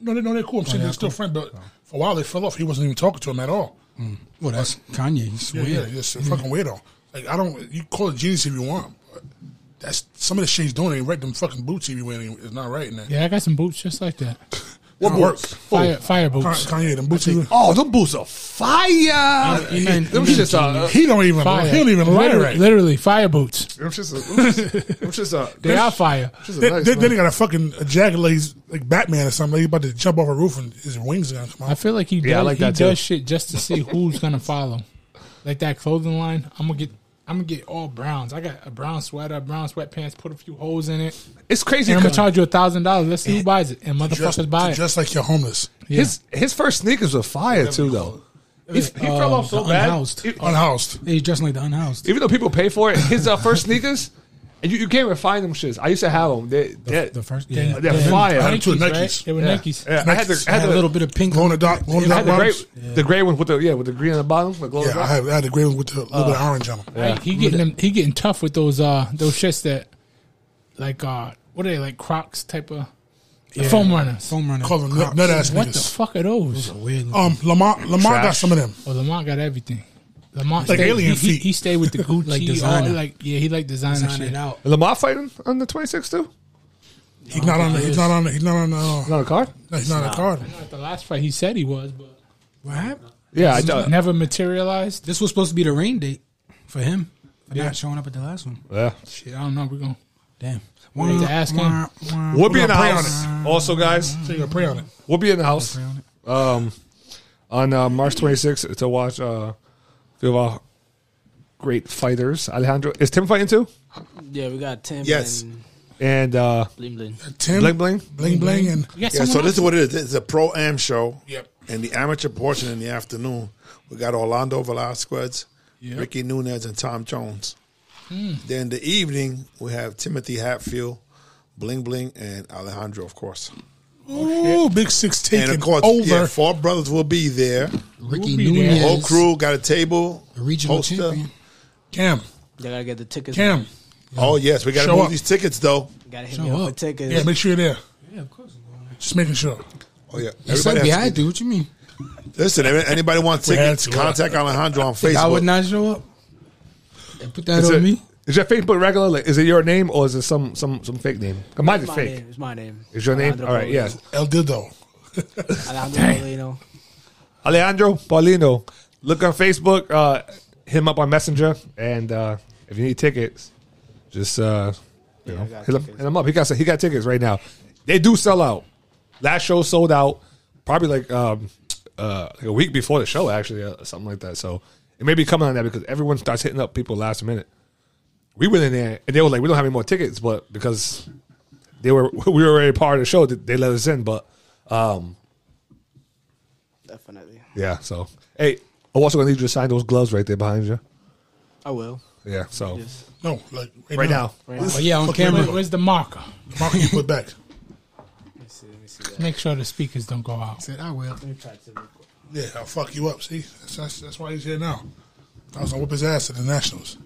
No, they, no, they're cool.
Oh,
I'm saying they're still friends, but for a while they fell off. He wasn't even talking to him at all.
Hmm.
Well, that's Kanye. He's
Yeah,
weird.
yeah, just a fucking weirdo. Like I don't, you call it genius if you want. But that's some of the shit he's doing. Ain't right. Them fucking boots he be wearing is not right. Now.
Yeah, I got some boots just like that.
What work?
Fire, fire boots.
Kanye, them boots. He,
Oh, them boots are fire.
you mean-
them
you mean
shits are.
he don't even.
Fire.
He don't even lie
literally,
right.
literally, fire boots.
Them shits are. Them shits- them shits are.
They are fire.
shits are
Then, then-
nice,
then
man.
they got a fucking a jacket like he's like Batman or something. Like he about to jump off a roof and his wings are gonna come
I
out.
feel like he does,
Yeah, I like
he
that,
does
too.
shit just to see who's gonna follow. Like that clothing line, I'm gonna get I'm gonna get all browns. I got a brown sweater, brown sweatpants, put a few holes in it,
It's crazy.
and I'm gonna
'cause-
charge you a thousand dollars. Let's see who buys it, and motherfuckers
Just,
buy it.
just like you're homeless.
His his first sneakers were fire too, though. He, he fell off so
the
bad.
unhoused.
E-
Unhoused.
They dressing like the unhoused.
Even though people pay for it, his uh, first sneakers, and you, you can't even find them shits. I used to have them. They, they,
The first,
Then-
yeah.
they're
then
fire.
I had two
Nikes, right?
Nikes.
They were
yeah.
Nikes.
Yeah, I had the, I
Had
had
a
the,
little bit of pink.
Glow in the dark. Glow in the
I
dark.
had the gray,
bottoms.
the gray one with the yeah with the green on the bottom. The glow
Yeah, I had, I had the gray one with the little bit
Uh,
of orange on him.
Like, he getting them, he getting tough with those uh those shits that like uh what are they like Crocs type of the foam runners.
Foam runner.
Call them
Crocs.
nut ass
What the
niggas.
fuck are those?
Weird. looking.
Um, Lamont Lamont got
Trash.
some of them.
Oh, Lamont got everything. Lamont
Like
stayed,
alien
he, he-
feet.
He, stayed with the Gucci.
Like
all-
designer.
like yeah, he like designer
Sign
shit.
it out.
Lamar fighting on the 26th too.
He's not on. He's not on. He's not on. Uh,
Not a card.
no, he's not on the card.
I know at the last fight he said he was, but
What happened?
Yeah, I don't.
never materialized.
This was supposed to be the rain date for him for not showing up at the last one.
Yeah.
Shit, I don't know. We're gonna
Damn.
We need to ask him.
Wah, wah, wah.
We'll be in the
gonna pray
house. Also, guys,
So you gotta pray on it.
we'll be in the house um, on uh, March 26th to watch uh, a few of our great fighters. Alejandro is Tim fighting too,
Yeah, we got Tim
Yes.
and
and uh,
Bling Bling.
Tim
Bling Bling.
bling bling and
we got
Yeah, so
someone
this is what it is. It's a pro am show.
Yep.
And the amateur portion in the afternoon, we got Orlando Velasquez, Ricky Nunez, and Tom Jones. Then the evening, we have Timothy Hatfield, Bling Bling, and Alejandro, of course.
Oh, ooh, big six taken
and of course,
over.
yeah, four brothers will be there.
Ricky
be there.
Nunez.
Whole crew got a table.
the Regional
poster.
champion.
Cam,
They gotta get the tickets.
Cam,
Oh yes, we got to
Show
move
up.
these tickets though.
Gotta hit
Show
me up for
up.
tickets.
yeah, make sure you're there.
Yeah, of course. I'm going.
Just making sure.
Oh yeah,
You said
has
we
to-
had to. What you mean?
Listen, if anybody wants
We had
tickets?
to.
Contact Alejandro on
I would
Facebook.
not show up. They Put that
Is
on
it-
me.
Is your Facebook regular? Like, is it your name or is it some some some fake name? Mine is
my
fake.
name. It's my name.
Is your name?
Alejandro
All right,
Paulino.
yeah.
El Dildo.
Alejandro Molino.
Alejandro Paulino. Look on Facebook, uh, hit him up on Messenger, and uh, if you need tickets, just uh, you know, hit him, hit him up. He got he got tickets right now. They do sell out. Last show sold out, probably like um, uh, like a week before the show, actually, uh, something like that. So it may be coming on that because everyone starts hitting up people last minute. we went in there and they were like, we don't have any more tickets, but because they were we were already part of the show, they- they let us in. But um,
Definitely.
yeah, so hey, I'm also gonna need you to sign those gloves right there behind you.
I will.
Yeah, so
Yes.
No, like right,
right now,
Oh, yeah, on camera.
Where- where's the marker?
Mark, you put back.
Let me see. Let me see that.
Make sure the speakers don't go out.
Said I will.
Let me try to. record.
Yeah, I'll fuck you up. See, that's, that's, that's why he's here now. I was gonna whip his ass at the Nationals.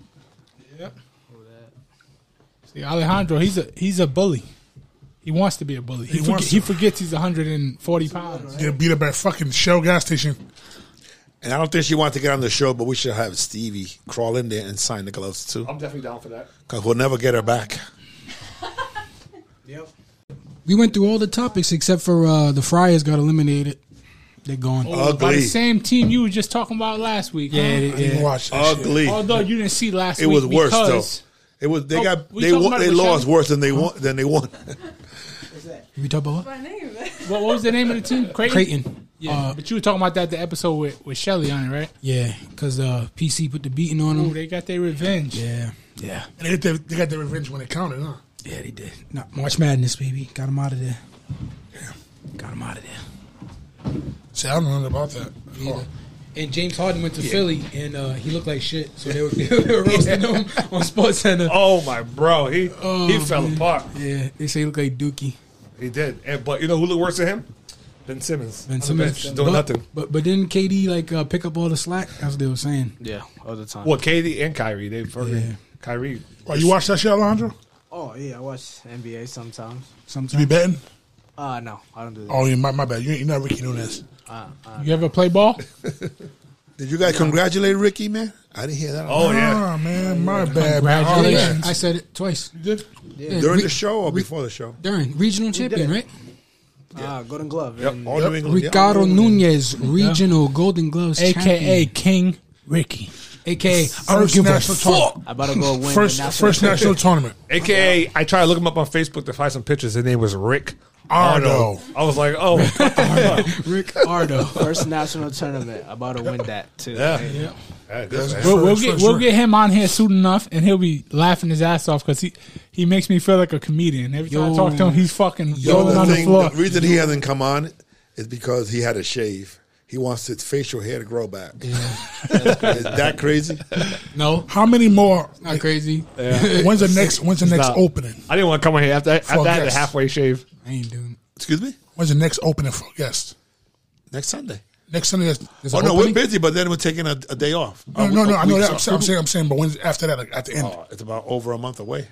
See, Alejandro, he's a he's a bully. He wants to be a bully. He,
He
forget-
wants
he
to.
forgets he's 140 pounds.
Get beat up at fucking Shell gas station.
And I don't think she wanted to get on the show, but we should have Stevie crawl in there and sign the gloves too.
I'm definitely down for that.
Because we'll never get her back.
We went through all the topics except for uh, the Friars got eliminated. They're gone.
Oh, By the
Ugly.
same team you were just talking about last week. huh?
Yeah,
You
they,
can
yeah.
watch that shit.
Ugly.
Although you didn't see last
It
week.
was worse though.
because-
It was they
Oh,
got
we
they
talking
won,
about
they
it with
lost
Shelly?
worse than they won than they won.
We talk about what?
My name.
What, what was the name of the team? Creighton.
Creighton.
Yeah,
Uh,
but you were talking about that the episode with, with Shelly on it, right?
Yeah, because uh, PC put the beating on
Ooh,
them.
Oh, they got their revenge.
Mm-hmm. Yeah, yeah,
And they, get their, they got their revenge when it counted, huh?
yeah, they did. Not March Madness, baby. Got them out of there. Got them out of there.
See, I don't know about that. Oh, at all.
Uh, And James Harden went to Philly, and uh, he looked like shit. So they were, they were roasting him on Sports Center.
Oh my bro, he
Oh,
he fell apart.
Yeah, they say he looked like Dookie.
He did. And, but you know who looked worse than him? Ben Simmons.
Ben
On the
Simmons
bench, doing
but,
nothing.
But but didn't KD like uh, pick up all the slack? That's what they were saying.
Yeah, all the time.
Well, Katie and Kyrie, they fucking
Yeah.
Kyrie.
Well, oh, you watch that shit, Alejandro?
Oh yeah, I watch NBA sometimes.
You be
Sometimes
betting?
Uh no, I don't do that.
Oh, yeah, my, my bad. You, you're not Ricky Nunes.
Uh, uh,
You ever play ball?
Did you guys congratulate Ricky, man? I didn't hear that.
Oh yeah.
Ah, man, my bad. man. All
congratulations.
that.
I said it twice
Oh, You did?
yeah,
During
we-
the show or before the show?
during regional champion, right?
uh, Golden Glove.
Yep.
and-
All New England. Oh, yeah.
Ricardo Nunez, regional Golden Gloves
AKA
champion,
King Ricky.
aka I don't
First
give a
national
fuck.
tournament.
I about to go win
First,
the national
first national tournament.
AKA, I tried to look him up on Facebook to find some pictures. His name was Rick
Ardo.
Ardo. I was like, oh, what the fuck?
Rick Ardo.
first national tournament. I'm About to win that too.
yeah.
Hey,
yeah. good, man.
We'll, we'll
First-
get
first
we'll
ring.
get him on here soon enough, and he'll be laughing his ass off because he, he makes me feel like a comedian. Every time I
Yo.
talk to him, he's fucking
You know
rolling
the
on the
thing-
floor.
the reason he hasn't come on is because he had a shave. He wants his facial hair to grow back. is that crazy?
No,
How many more?
not crazy.
When's the next? When's the next
not-
opening?
I didn't want to come on here after, after I had a
yes.
halfway shave.
I ain't doing.
Excuse me.
When's the next opening for guests?
Next Sunday.
Next Sunday. That's,
Oh no,
opening?
we're busy, but then we're taking a, a day off.
no,
Uh, A
no,
week-
no.
a
I know
week's
that. I'm saying,
off.
I'm saying, I'm saying, but when's after that? Like, at the end?
Oh, it's about over a month away.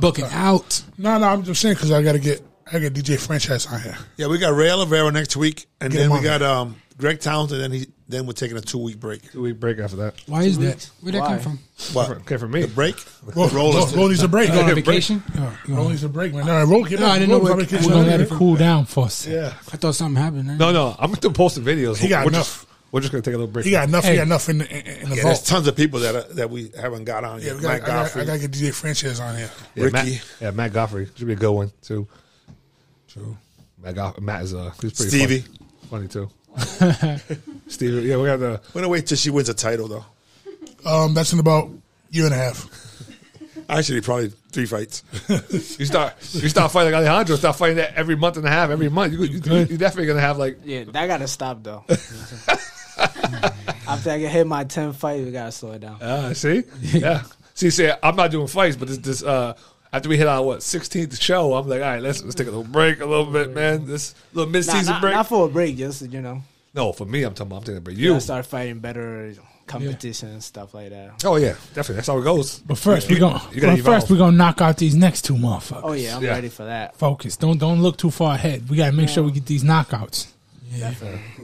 Booking out.
No, no. I'm just saying because I gotta get, I gotta get DJ Franchise on here.
Yeah, we got Ray Olivera next week, and
Get
then
him
we
on
got um, Greg Townsend, and he then we're taking a two week break.
We break after that.
Why is that? Where'd that
Why?
come from?
What
Okay, for me.
the break?
Roll, roll,
Rollers to-
rollies a break.
You going on
Roll
vacation? Oh, you going-
Rollies a break, man. All right, roll. Get
No,
up.
I didn't
Roll,
know
roll,
what-
roll,
We're
We're
gonna
gonna
let it
let
cool down for a second.
Yeah,
I thought something happened.
No, no, I'm gonna post the videos.
He got
we're
enough.
Just, we're just gonna take a little break.
he got enough. He
Hey.
got enough in the, in in the
Yeah, there's
vault.
tons of people that are, that we haven't got on
Yeah,
yet.
we
Mike
gotta, I, gotta,
Godfrey.
I gotta get DJ Franchise on here.
yeah,
Ricky.
Matt, yeah, Matt Goffrey should be a good one too. True. Matt, Goff- Matt is uh, he's pretty
Stevie.
funny, funny too. Stevie, yeah, we got the
We're gonna wait till she wins a title, though.
Um, that's in about year and a half.
Actually, probably three fights.
You start you start fighting like Alejandro, start fighting that every month and a half, every month. You, you, you're definitely gonna have like
Yeah, that gotta stop though. After I get hit my 10 fight, we gotta slow it down.
uh, see? Yeah. See, see, I'm not doing fights, but this this uh after we hit our what sixteenth show, I'm like, all right, let's let's take a little break a little bit, man. This little mid
Nah,
season
not,
break.
not for a break, just you know,
no, for me, I'm talking about I'm taking a break.
you
You
gotta start fighting better competition and stuff like that.
Oh yeah, definitely. That's how it goes.
But first, we're gonna
you gotta
but first
evolve.
we're gonna knock out these next two motherfuckers.
Oh yeah, I'm
Yeah.
ready for that.
Focus. Don't don't look too far ahead. We gotta make sure we get these knockouts.
Yeah.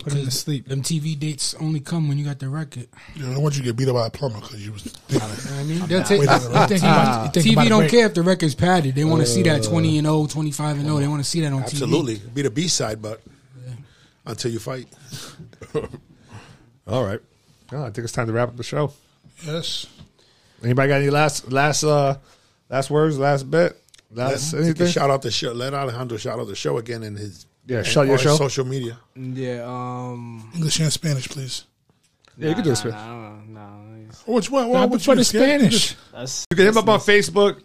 Put him to sleep.
Them TV dates only come when you got the record.
You know, I don't want you to get beat up by a plumber because you was.
You know what I mean, they'll take.
Wait, wait, wait.
You think he about- you think about Uh,
TV
a
don't
break.
care if the record's padded. They want to see that 20 and 0, 25 and 0. They want to see that on TV.
Absolutely, be the B side, but until you fight,
All right. Well, I think it's time to wrap up the show.
Yes.
Anybody got any last last uh last words, last bit? Last
Let-
anything?
shout out the show. Let Alejandro shout out the show again in his
Yeah,
in
shout your
all his
show.
social media.
Yeah, um,
English and Spanish, please.
Yeah, you
nah,
can do
nah,
this, man.
nah, I don't know, nah, Spanish.
Which one?
I
Well,
prefer the Spanish.
That's
You can hit him up on Facebook.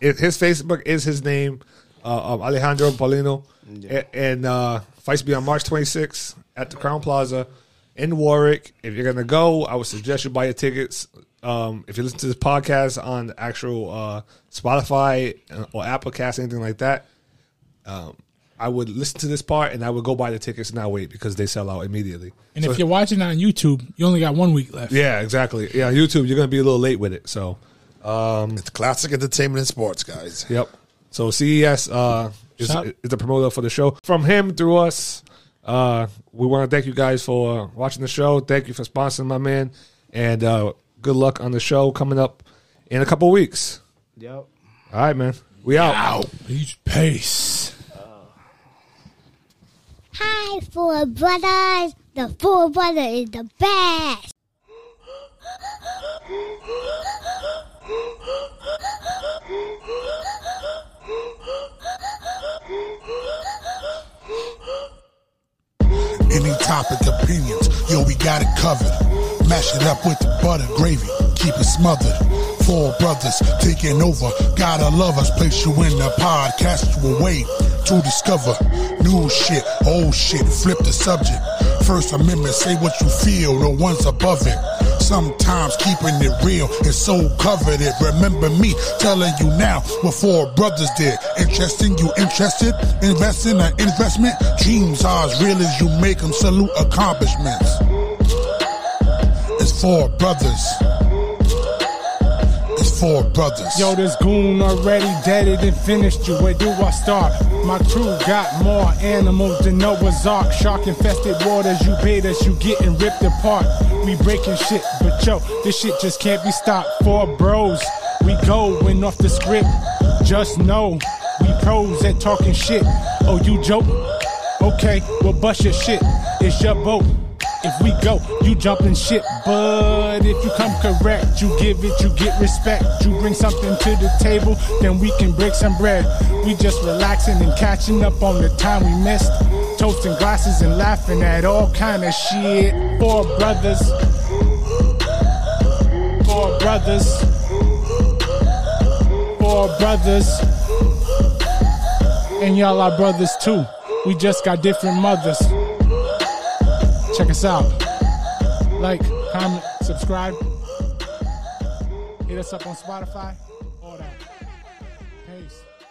It, his Facebook is his name, uh, um, Alejandro Paulino. A- And uh, fights be on March 26th at the Crown Plaza in Warwick. If you're gonna go, I would suggest you buy your tickets. Um, if you listen to this podcast on actual uh, Spotify uh, or Applecast, anything like that, um, I would listen to this part and I would go buy the tickets and not wait because they sell out immediately.
And
So-
if you're watching on YouTube, you only got one week left.
yeah, exactly. Yeah, YouTube, you're gonna be a little late with it. So um,
It's classic entertainment and sports, guys.
Yep. So CES uh, is,
Shout-
is the promoter for the show. From him through us, uh, we want to thank you guys for watching the show. Thank you for sponsoring my man, and uh, good luck on the show coming up in a couple weeks.
Yep.
All right, man. We out.
Peace.
Hi, Four Brothers. The Four Brother is the best.
Any topic, opinions, yo, we got it covered. Mash it up with the butter, gravy, keep it smothered. Four brothers taking over, gotta love us. Place you in the podcast, you away to discover new shit, old shit. Flip the subject. First Amendment, say what you feel, the ones above it. Sometimes keeping it real is so coveted. Remember me telling you now what four brothers did. Interesting, you interested? Invest in an investment? Dreams are as real as you make them. Salute accomplishments. It's four brothers. It's four brothers.
Yo, this goon already deaded and finished you. Where do I start? My crew got more animals than Noah's Ark. Shark infested waters, you bait us, you getting ripped apart. We breaking shit, but yo, this shit just can't be stopped. Four bros, we going off the script. Just know, we pros at talking shit. Oh, you joke? Okay, well, bust your shit. It's your boat. If we go, you jumpin' shit, but if you come correct, you give it, you get respect. You bring something to the table, then we can break some bread. We just relaxing and catching up on the time we missed. Toasting glasses and laughing at all kind of shit. Four brothers. Four brothers. Four brothers. And y'all are brothers too. We just got different mothers check us out. Like, comment, subscribe. Hit us up on Spotify. All that. Peace.